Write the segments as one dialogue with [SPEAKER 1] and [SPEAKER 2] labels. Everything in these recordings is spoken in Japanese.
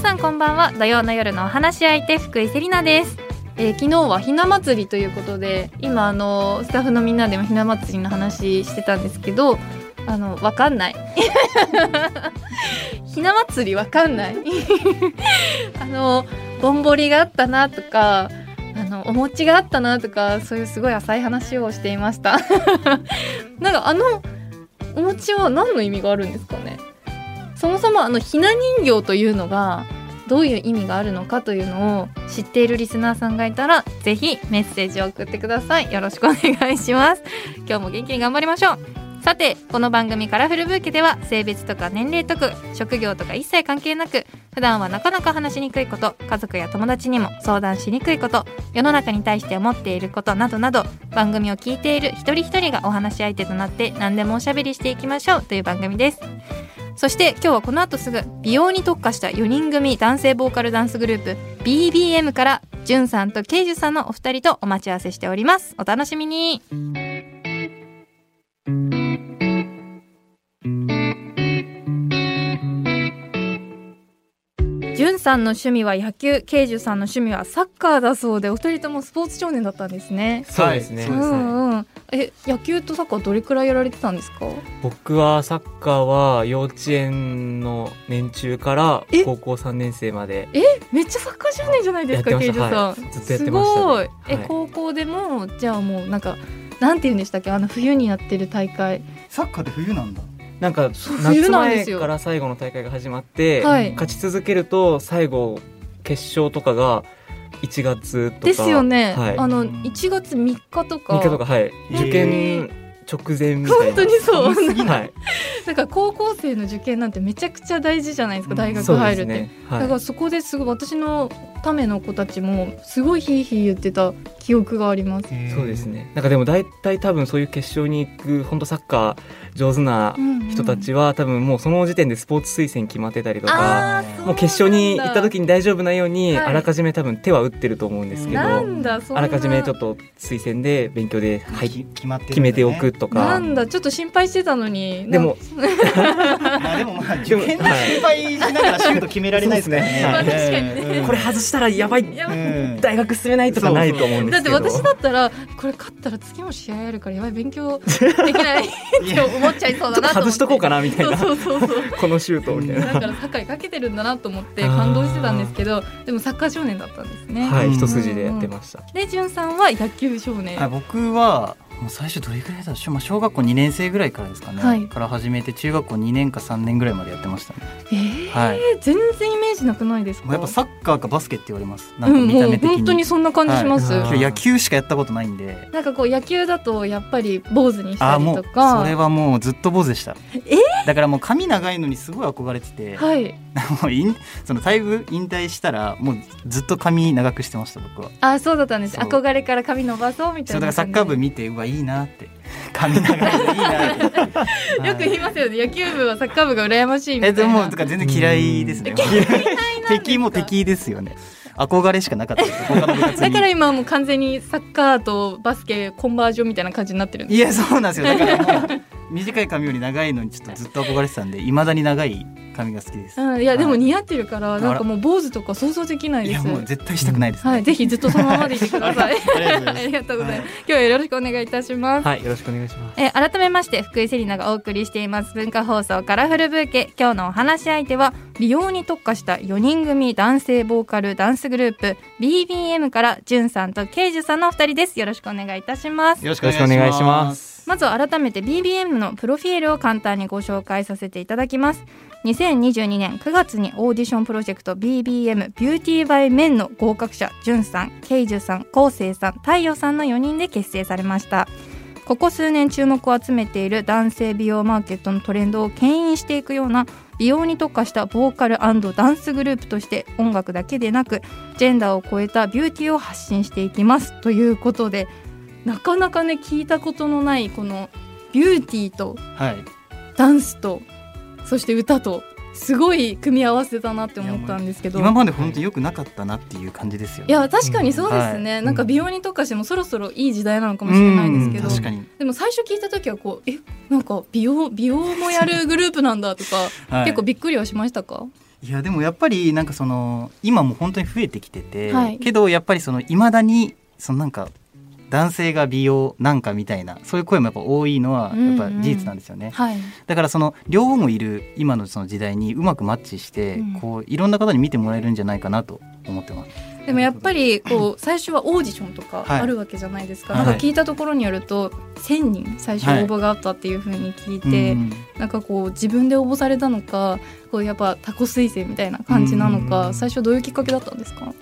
[SPEAKER 1] は土曜の夜のお話し相手福井セリナです
[SPEAKER 2] えー昨日はひな祭りということで今あのスタッフのみんなでもひな祭りの話してたんですけどあのわかんない ひな祭りわかんない あのぼんぼりがあったなとかあのお餅があったなとかそういうすごい浅い話をしていました なんかあのお餅は何の意味があるんですかねそもそもあのひな人形というのがどういう意味があるのかというのを知っているリスナーさんがいたらぜひメッセージを送ってくださいよろしくお願いします今日も元気に頑張りましょうさてこの番組「カラフルブーケ」では性別とか年齢とか職業とか一切関係なく普段はなかなか話しにくいこと家族や友達にも相談しにくいこと世の中に対して思っていることなどなど番組を聞いている一人一人がお話し相手となって何でもおしゃべりしていきましょうという番組ですそして今日はこの後すぐ美容に特化した4人組男性ボーカルダンスグループ BBM からじゅんさんとケイジュさんのお二人とお待ち合わせしておりますお楽しみにじゅんさんの趣味は野球ケイジュさんの趣味はサッカーだそうでお二人ともスポーツ少年だったんですね
[SPEAKER 3] そうですね
[SPEAKER 2] う。んうんえ野球とサッカーどれくらいやられてたんですか
[SPEAKER 3] 僕はサッカーは幼稚園の年中から
[SPEAKER 2] え
[SPEAKER 3] 高校3年生まで
[SPEAKER 2] めっちゃサッカー少年じゃないです
[SPEAKER 3] や
[SPEAKER 2] か、
[SPEAKER 3] って
[SPEAKER 2] ケイ
[SPEAKER 3] ま
[SPEAKER 2] ジュ
[SPEAKER 3] した
[SPEAKER 2] さん。
[SPEAKER 3] はいずっとやってました
[SPEAKER 2] す
[SPEAKER 3] ね
[SPEAKER 2] ごい。え、
[SPEAKER 3] はい
[SPEAKER 2] 高校でも、じゃあもう、なんか、なんて言うんでしたっけ、あの冬にやってる大会。
[SPEAKER 4] サッカーって冬なんだ
[SPEAKER 3] なんか
[SPEAKER 2] そう冬
[SPEAKER 3] 夏
[SPEAKER 2] なんで
[SPEAKER 3] 前
[SPEAKER 2] すよ
[SPEAKER 3] から最後の大会が始まって、
[SPEAKER 2] はい
[SPEAKER 3] 勝ち続けると最後決勝とかが1月とか
[SPEAKER 2] ですよね、
[SPEAKER 3] はい、
[SPEAKER 2] あ
[SPEAKER 3] 3
[SPEAKER 2] の、1月3日とか。
[SPEAKER 3] 日とかはい受験直前みたい
[SPEAKER 2] 本
[SPEAKER 3] な
[SPEAKER 2] 当にそう。
[SPEAKER 3] はい、
[SPEAKER 2] なんか高校生の受験なんてめちゃくちゃ大事じゃないですか、大
[SPEAKER 3] そ
[SPEAKER 2] 学
[SPEAKER 3] うで
[SPEAKER 2] 入る
[SPEAKER 3] す
[SPEAKER 2] って。
[SPEAKER 3] ね、
[SPEAKER 2] だか
[SPEAKER 3] は
[SPEAKER 2] らそこですごい私のための子たちもすごいヒーヒー言ってた記憶があります。
[SPEAKER 3] い、そうですねなんかでも大体多分そういう決勝に行く本当サッカー上手な人たちは、多分もうその時点でスポーツ推薦決まってたりとか
[SPEAKER 2] あーそうなんだ
[SPEAKER 3] もう決勝に行った時に大丈夫なように、
[SPEAKER 2] はい
[SPEAKER 3] あらかじめ多分手は打ってると思うんですけど
[SPEAKER 2] な
[SPEAKER 3] あ
[SPEAKER 2] んだそんな
[SPEAKER 3] らかじめちょっと推薦で勉強で、は、
[SPEAKER 4] はいい決まってる
[SPEAKER 3] 決
[SPEAKER 4] んだ
[SPEAKER 3] め
[SPEAKER 4] ね
[SPEAKER 3] ておくと
[SPEAKER 2] な
[SPEAKER 3] か
[SPEAKER 2] んだちょっと心配してたのに
[SPEAKER 3] でも
[SPEAKER 2] な
[SPEAKER 4] まあでもまあ受験で
[SPEAKER 3] でもはい
[SPEAKER 4] 心配しながらシュート決められないですからね
[SPEAKER 3] そう
[SPEAKER 2] ですね
[SPEAKER 4] うん
[SPEAKER 2] 確
[SPEAKER 4] うん
[SPEAKER 3] これ外したらやばい
[SPEAKER 2] いや
[SPEAKER 4] うん
[SPEAKER 3] 大学進めないとかないと思うんで
[SPEAKER 2] だ
[SPEAKER 3] す
[SPEAKER 2] っ
[SPEAKER 3] け
[SPEAKER 2] て
[SPEAKER 3] ど
[SPEAKER 2] 私だったらこれ勝ったら次も試合あるからやばい勉 強できないって思っちゃいそうだなと思って
[SPEAKER 3] ちょっと外しとこうかなみたいな
[SPEAKER 2] そうそうそうそう
[SPEAKER 3] このシュートみたい
[SPEAKER 2] だ
[SPEAKER 3] な
[SPEAKER 2] からサッカーにかけてるんだなと思って感動してたんですけどでもサッカー少年だったんですね、
[SPEAKER 3] は
[SPEAKER 4] う
[SPEAKER 3] い
[SPEAKER 4] ん
[SPEAKER 3] 一筋でやってました
[SPEAKER 2] でじゅんさんは野球少年
[SPEAKER 4] はい僕はもう最初どれぐらいだろう、まあ、小学校2年生ぐらいからですかね、
[SPEAKER 2] はい
[SPEAKER 4] から始めて中学校2年か3年ぐらいまでやってましたね、
[SPEAKER 2] えー
[SPEAKER 4] はい
[SPEAKER 2] 全然イメージなくないです
[SPEAKER 4] も
[SPEAKER 2] か
[SPEAKER 4] うやっぱサッカーかバスケって言われます
[SPEAKER 2] う
[SPEAKER 4] なんか
[SPEAKER 2] ん
[SPEAKER 4] 見
[SPEAKER 2] も
[SPEAKER 4] た
[SPEAKER 2] う
[SPEAKER 4] 目的に,、
[SPEAKER 2] 本当にそんな感じします、
[SPEAKER 3] はい
[SPEAKER 4] 野球しかやったことないんで
[SPEAKER 2] なんかこう野球だとやっぱり坊主にし
[SPEAKER 4] あ
[SPEAKER 2] た
[SPEAKER 4] あ
[SPEAKER 2] り
[SPEAKER 4] も
[SPEAKER 2] と
[SPEAKER 4] うそ
[SPEAKER 2] か
[SPEAKER 4] れはもうずっと坊主でした
[SPEAKER 2] え
[SPEAKER 4] だからもう髪長いのにすごい憧れてて、
[SPEAKER 2] はい
[SPEAKER 4] もういんそのだいぶ引退したらもうずっと髪長くしてました僕は
[SPEAKER 2] あそうだったんです
[SPEAKER 4] そう
[SPEAKER 2] 憧れから髪伸ばそうみた
[SPEAKER 4] そ
[SPEAKER 2] い
[SPEAKER 4] うだか
[SPEAKER 2] な
[SPEAKER 4] らサッカー部見てうわいいなって髪長いのいいなってはい
[SPEAKER 2] よく言いますよね野球部はサッカー部が羨ましいみた
[SPEAKER 4] え
[SPEAKER 2] いな
[SPEAKER 4] でもとか全然嫌いですね敵も敵ですよね憧れしかなかったです他の部活
[SPEAKER 2] だ
[SPEAKER 4] に
[SPEAKER 2] から今はもう完全にサッカーとバスケコンバージョンみたいな感じになってるんで
[SPEAKER 4] いやそうなんですよだからもう短い髪より長いのにちょっとずっと憧れてたんでいまだに長い髪が好きです
[SPEAKER 2] す、うん、いやでも
[SPEAKER 4] はい
[SPEAKER 2] 似合ってるからなん
[SPEAKER 4] あ
[SPEAKER 2] からもう坊主とか想像できない
[SPEAKER 4] い
[SPEAKER 2] で
[SPEAKER 4] や
[SPEAKER 2] す
[SPEAKER 4] もう絶対したくないですね
[SPEAKER 2] はい、ぜひずっとそのままでいてください
[SPEAKER 4] ありがとう
[SPEAKER 2] あ
[SPEAKER 4] ございます
[SPEAKER 2] りがとうございます今日はよろしくお願いいたします、
[SPEAKER 3] はいよろしくお願いします
[SPEAKER 1] えー改めまして福井セリナがお送りしています文化放送カラフルブーケ今日のお話し相手は美容に特化した4人組男性ボーカルダンスグループ BBM からじゅんさんとケイジュさんのお二人ですよろしくお願いいたします
[SPEAKER 4] よろしす
[SPEAKER 1] まずは改めて BBM のプロフィールを簡単にご紹介させていただきます2022年9月にオーディションプロジェクト BBM ビューティーバイメンの合格者ジュンさん、ケイジュさん、コウセイさん、太陽さんの4人で結成されましたここ数年注目を集めている男性美容マーケットのトレンドを牽引していくような美容に特化したボーカルダンスグループとして音楽だけでなくジェンダーを超えたビューティーを発信していきますということで
[SPEAKER 2] なかなかね聞いたことのないこのビューティーと
[SPEAKER 4] はい
[SPEAKER 2] ダンスとそして歌とすごい組み合わせだなって思ったんですけど
[SPEAKER 4] 今まで本当に良くなかったなっていう感じですよ
[SPEAKER 2] い
[SPEAKER 4] ね
[SPEAKER 2] や確かにそうですね、
[SPEAKER 4] はい
[SPEAKER 2] なんか美容に特化してもそろそろいい時代なのかもしれないですけ
[SPEAKER 3] や
[SPEAKER 2] ど
[SPEAKER 3] うん
[SPEAKER 4] 確かに、
[SPEAKER 2] でも最初聞いた時はこうえなんか美容美容もやるグループなんだとか、
[SPEAKER 4] はい
[SPEAKER 2] 結構びっくりはしましたか
[SPEAKER 4] いやでもやっぱりなんかその今も本当に増えてきてて、
[SPEAKER 5] はい
[SPEAKER 4] けどやっぱりそのいまだにそのなんか男性が美容なんかみたいなそういう声もやっぱ多いのはやっぱ事実なんですよね。
[SPEAKER 5] はい
[SPEAKER 4] だからその両方もいる今のその時代にうまくマッチして、
[SPEAKER 5] うん
[SPEAKER 4] こういろんな方に見てもらえるんじゃないかなと思ってます。
[SPEAKER 2] でもやっぱりこう最初はオーディションとか
[SPEAKER 4] はい
[SPEAKER 2] あるわけじゃないですか、
[SPEAKER 4] はい
[SPEAKER 2] なんか聞いたところによると1,000人最初応募があったっていうふうに聞いて、
[SPEAKER 4] うん
[SPEAKER 2] なんかこう自分で応募されたのかこうやっぱタコ推薦みたいな感じなのか、
[SPEAKER 3] うん
[SPEAKER 2] 最初どういうきっかけだったんですか、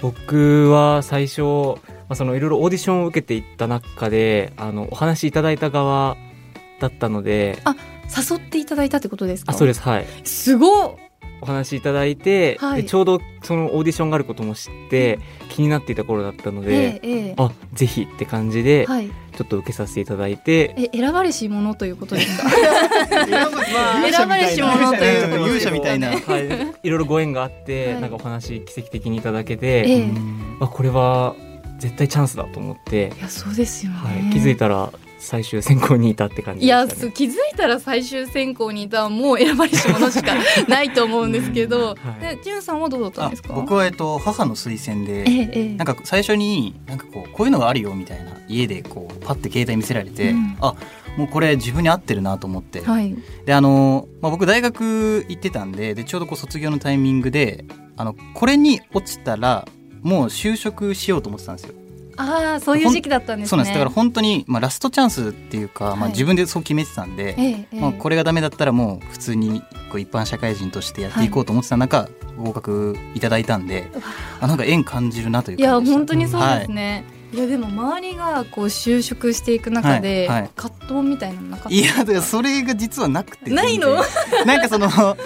[SPEAKER 3] 僕は最初、まあ、そのいろいろオーディションを受けていった中であのお話しいただいた側だったので
[SPEAKER 2] 誘っていただいたってことですか
[SPEAKER 3] あそう
[SPEAKER 2] で
[SPEAKER 3] ですはい
[SPEAKER 2] すすごっ
[SPEAKER 3] お話しいただいて、
[SPEAKER 2] はい
[SPEAKER 3] でちょうどそのオーディションがあることも知って気になっていた頃だったの
[SPEAKER 2] ええ
[SPEAKER 3] で、
[SPEAKER 2] え
[SPEAKER 3] あぜひって感じで
[SPEAKER 2] えはい
[SPEAKER 3] ちょっと受けさせていただいて、
[SPEAKER 2] え選ばれし者ということですか
[SPEAKER 4] 選
[SPEAKER 2] 選ばれし者というところ
[SPEAKER 4] 勇者みたいな。
[SPEAKER 3] はい、いろいろご縁があって、
[SPEAKER 2] はい
[SPEAKER 3] なんかお話奇跡的にいただけ
[SPEAKER 2] え
[SPEAKER 3] て、
[SPEAKER 2] え
[SPEAKER 4] うん
[SPEAKER 3] あこれは絶対チャンスだと思って
[SPEAKER 2] い、やそうですよね、
[SPEAKER 3] はい、気づいたら最終選考にいたって感じ
[SPEAKER 2] い
[SPEAKER 3] で
[SPEAKER 2] や
[SPEAKER 3] した、
[SPEAKER 2] そう
[SPEAKER 3] ね。
[SPEAKER 2] 気づいたら最終選考にいたらもう選ばれし者しかないと思うんですけど、
[SPEAKER 3] はい
[SPEAKER 2] でじゅんさんはどうだったん
[SPEAKER 4] あ
[SPEAKER 2] ですか
[SPEAKER 4] 僕はえっと母の推薦
[SPEAKER 2] え
[SPEAKER 4] で。
[SPEAKER 2] えええ
[SPEAKER 4] なんか最初になんかこうこういうのがあるよみたいな家でこうパッて携帯見せられて、
[SPEAKER 2] うん
[SPEAKER 4] あもうこれ自分に合ってるなと思って、
[SPEAKER 2] はい
[SPEAKER 4] であの、まあ、僕大学行ってたんででちょうどこう卒業のタイミングであのこれに落ちたらもう就職しようと思ってたんですよ。
[SPEAKER 2] ああそういう時期だったんですね
[SPEAKER 4] そうなんですだから本当に、まあ、ラストチャンスっていうか、ま
[SPEAKER 2] は
[SPEAKER 4] あ、
[SPEAKER 2] い
[SPEAKER 4] 自分でそう決めてたんで、
[SPEAKER 2] ええええ
[SPEAKER 4] まあ、これがダメだったらもう普通にこう一般社会人としてやっていこうと思ってた中、合格いただいたんであなんか縁感じるなという
[SPEAKER 2] いや
[SPEAKER 4] 感じでした
[SPEAKER 2] 本当にそうですね、い、やでも周りがこう就職していく中で、
[SPEAKER 4] はいはい
[SPEAKER 2] 葛藤みたいなのなかった
[SPEAKER 4] いやだからそれが実はなくて
[SPEAKER 2] ないの
[SPEAKER 4] 全然なんかその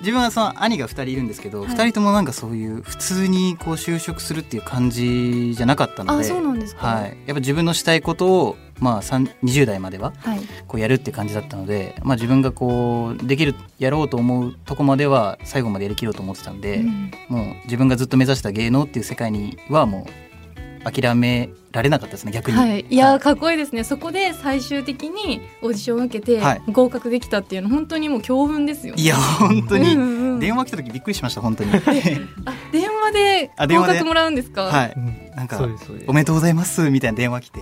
[SPEAKER 4] 自分はその兄が2人いるんですけど、
[SPEAKER 2] はい
[SPEAKER 4] 二2人ともなんかそういう普通にこう就職するっていう感じじゃなかったの
[SPEAKER 2] あ
[SPEAKER 4] で
[SPEAKER 2] そうなんですか
[SPEAKER 4] はい、やっぱ自分のしたいことを、まあ、三20代までは
[SPEAKER 2] はい
[SPEAKER 4] こうやるって感じだったので、まあ、自分がこうできるやろうと思うとこまでは最後までやりきろうと思ってたんで、
[SPEAKER 2] うん
[SPEAKER 4] もう自分がずっと目指した芸能っていう世界にはもう諦められなかったですね逆に。
[SPEAKER 2] はい、いやーかっこいいですねそこで最終的にオーディションを受けて
[SPEAKER 4] はい
[SPEAKER 2] 合格できたっていうの本当にもう興奮ですよね
[SPEAKER 4] いや本当
[SPEAKER 2] う
[SPEAKER 4] に
[SPEAKER 2] んうん
[SPEAKER 4] 電話来た時びっくりしました 本当に。
[SPEAKER 2] あ電話で
[SPEAKER 4] あ電
[SPEAKER 2] 合
[SPEAKER 4] 話で
[SPEAKER 2] 格もらうんですか
[SPEAKER 4] は
[SPEAKER 3] う
[SPEAKER 4] い。
[SPEAKER 3] ん
[SPEAKER 4] なんか
[SPEAKER 3] そうですそうです
[SPEAKER 4] おめでとうございますみたいな電話来て、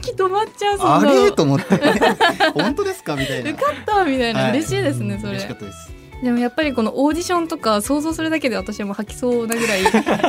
[SPEAKER 2] 息止まっちゃうそんな
[SPEAKER 4] あ
[SPEAKER 2] の
[SPEAKER 4] れ
[SPEAKER 2] 受
[SPEAKER 4] と思って、 本当ですかみたいな。
[SPEAKER 2] かったみたいな、
[SPEAKER 4] はい
[SPEAKER 2] 嬉しいですねそれ
[SPEAKER 4] 嬉しかったです。
[SPEAKER 2] でもやっぱりこのオーディションとか想像するだけで私はもう吐きそうなぐらい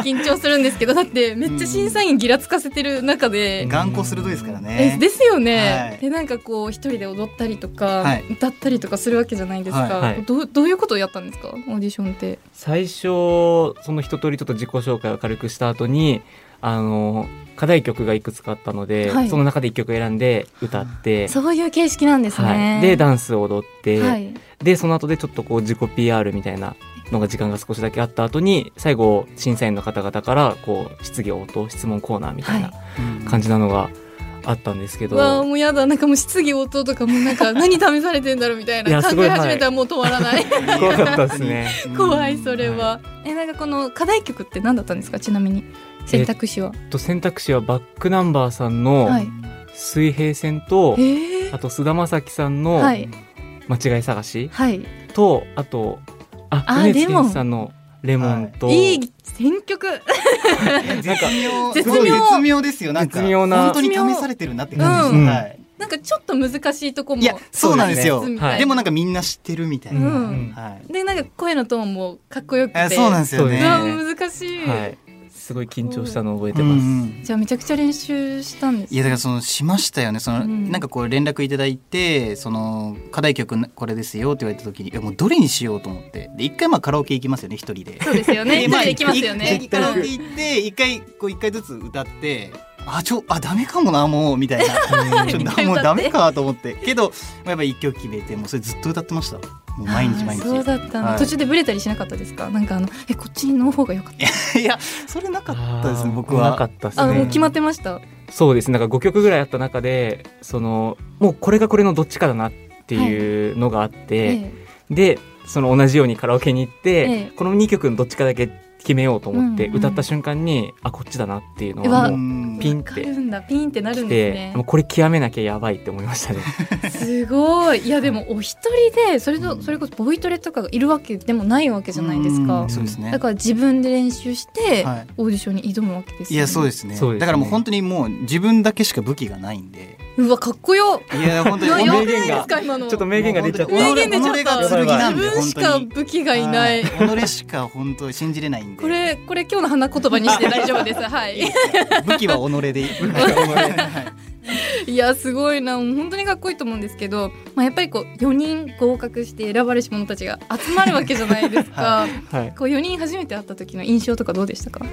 [SPEAKER 2] 緊張するんですけどだってめっちゃ審査員ギラつかせてる中で、
[SPEAKER 4] 眼光鋭いですから
[SPEAKER 2] え
[SPEAKER 4] ね。
[SPEAKER 2] ですよね、
[SPEAKER 4] はい
[SPEAKER 2] でなんかこう一人で踊ったりとか、
[SPEAKER 4] はい
[SPEAKER 2] 歌ったりとかするわけじゃないですか、
[SPEAKER 4] はい
[SPEAKER 3] はい
[SPEAKER 2] どうどういうことをやったんですかオーディションって
[SPEAKER 3] 最初その一通りちょっと自己紹介を軽くした後にあの課題曲がいくつかあったので、
[SPEAKER 2] はい
[SPEAKER 3] その中で一曲選んで歌って、
[SPEAKER 2] そういう形式なんですね、
[SPEAKER 3] はい、でダンスを踊って、
[SPEAKER 2] はい
[SPEAKER 3] でその後でちょっとこう自己 PR みたいなのが時間が少しだけあった後に最後審査員の方々からこう質疑応答質問コーナーみたいな感
[SPEAKER 4] じ。
[SPEAKER 3] じなのがあったんですけど、
[SPEAKER 2] わあもうやだなんかもう質疑応答とかもうなんか何試されてんだろうみたいない
[SPEAKER 3] や
[SPEAKER 2] 考
[SPEAKER 3] すごい
[SPEAKER 2] え始めたらもう止まらない
[SPEAKER 3] 怖かったですね。
[SPEAKER 2] 怖いそれは、えなんかこの課題曲って何だったんですかちなみに選択肢は、
[SPEAKER 3] と選択肢はバックナンバーさんの
[SPEAKER 2] はい
[SPEAKER 3] 水平線と、
[SPEAKER 2] えー
[SPEAKER 3] あと菅田将暉さんの
[SPEAKER 2] は
[SPEAKER 3] 間
[SPEAKER 2] い
[SPEAKER 3] 違い探し
[SPEAKER 2] はい
[SPEAKER 3] と、あとあ
[SPEAKER 2] あ
[SPEAKER 3] 米津
[SPEAKER 2] レモン
[SPEAKER 3] 玄師さんのレモンと、
[SPEAKER 2] いい選曲
[SPEAKER 4] 絶妙
[SPEAKER 2] 絶
[SPEAKER 4] 絶
[SPEAKER 2] 妙
[SPEAKER 4] 妙絶妙ですよなんか
[SPEAKER 3] 絶妙な
[SPEAKER 4] 本当に試されてるなって感じです、
[SPEAKER 3] うん
[SPEAKER 4] はい
[SPEAKER 2] なんかちょっと難しいとこも
[SPEAKER 4] いやそうなんですよ
[SPEAKER 2] そうです
[SPEAKER 3] ねはい
[SPEAKER 4] でもなんかみんな知ってるみたいな、
[SPEAKER 2] うん
[SPEAKER 4] はい
[SPEAKER 2] でなんか声のトーンもかっこよくて
[SPEAKER 4] えそうなんですよね
[SPEAKER 2] うわ難しい、
[SPEAKER 3] はい、すごい緊張したのを覚え
[SPEAKER 4] う
[SPEAKER 3] て
[SPEAKER 4] んう
[SPEAKER 3] ます。
[SPEAKER 4] ん
[SPEAKER 2] じゃあめちゃくちゃ練習したんです
[SPEAKER 4] いやだからそのしましたよねその、
[SPEAKER 2] うん
[SPEAKER 4] なんかこう連絡いただいてその課題曲これですよって言われた時にいやもうどれにしようと思ってで一回まあカラオケ行きますよね一人で
[SPEAKER 2] そうですよ ね一
[SPEAKER 4] まあ
[SPEAKER 2] 人で行きますよね
[SPEAKER 4] 一回カラオケ行って一回こう一回ずつ歌ってあちょあダメかもなもうみたいな ちょ
[SPEAKER 2] 一回歌って
[SPEAKER 4] もうダメかと思ってけど、まあ、やっぱ一曲決めてもうそれずっと歌ってましたもう毎日毎
[SPEAKER 2] あーそう
[SPEAKER 4] 日
[SPEAKER 2] だったんだ
[SPEAKER 4] はい
[SPEAKER 2] 途中でブレたりしなかったですかなんかあのえこっちの方が良かった
[SPEAKER 4] いやそれなかったです
[SPEAKER 3] あ
[SPEAKER 4] ね
[SPEAKER 3] ー
[SPEAKER 4] 僕は
[SPEAKER 3] なかったです
[SPEAKER 2] あもう
[SPEAKER 3] ね
[SPEAKER 2] 決まってました
[SPEAKER 3] そうですねなんか5曲ぐらいあった中でそのもうこれがこれのどっちかだなっていうのがあって、
[SPEAKER 2] ええ
[SPEAKER 3] でその同じようにカラオケに行って、
[SPEAKER 2] ええ
[SPEAKER 3] この2曲のどっちかだけ決めようと思って、
[SPEAKER 2] うん
[SPEAKER 1] うん
[SPEAKER 3] 歌った瞬間にあこっちだなっていうの
[SPEAKER 2] うわ
[SPEAKER 3] はもうピ
[SPEAKER 4] ン
[SPEAKER 3] ン
[SPEAKER 2] わ
[SPEAKER 3] っ
[SPEAKER 2] か
[SPEAKER 3] て
[SPEAKER 2] るんだピンってなる
[SPEAKER 3] き
[SPEAKER 2] んで
[SPEAKER 3] て、
[SPEAKER 2] すね
[SPEAKER 3] もうこれ極めなきゃやばいって思いました ね。
[SPEAKER 2] すごいいやでもお一人でそれとそれこそボイトレとかがいるわけでもないわけじゃないですか
[SPEAKER 4] そうですね
[SPEAKER 2] だから自分で練習して
[SPEAKER 4] はい
[SPEAKER 2] オーディションに挑むわけです
[SPEAKER 4] い
[SPEAKER 2] よね
[SPEAKER 4] やそうですね
[SPEAKER 3] そうですね
[SPEAKER 4] だからもう本当にもう自分だけしか武器がないんで
[SPEAKER 2] うわかっこよ
[SPEAKER 4] いや本当
[SPEAKER 2] いや
[SPEAKER 4] に
[SPEAKER 2] やば
[SPEAKER 3] 名
[SPEAKER 2] くない
[SPEAKER 3] 言が
[SPEAKER 2] ですか今の
[SPEAKER 3] ちょっと名言が出ちゃった。
[SPEAKER 4] もう
[SPEAKER 2] 名
[SPEAKER 4] 本当
[SPEAKER 2] 言
[SPEAKER 4] に
[SPEAKER 2] 出ちゃっ
[SPEAKER 4] 己が
[SPEAKER 2] た
[SPEAKER 4] 剣なんで
[SPEAKER 2] 自分しか武器がいない
[SPEAKER 4] 本当にはい己しか本当に信じれないんで
[SPEAKER 2] これこれ今日の花言葉にして 大丈夫ですはい
[SPEAKER 4] 武器は己でいい
[SPEAKER 2] いやすごいなもう本当にかっこいいと思うんですけど、まあ、やっぱりこう4人合格して選ばれし者たちが集まるわけじゃないですか、
[SPEAKER 4] は
[SPEAKER 3] はい。
[SPEAKER 2] こう4人初めて会った時の印象とかどうでしたか、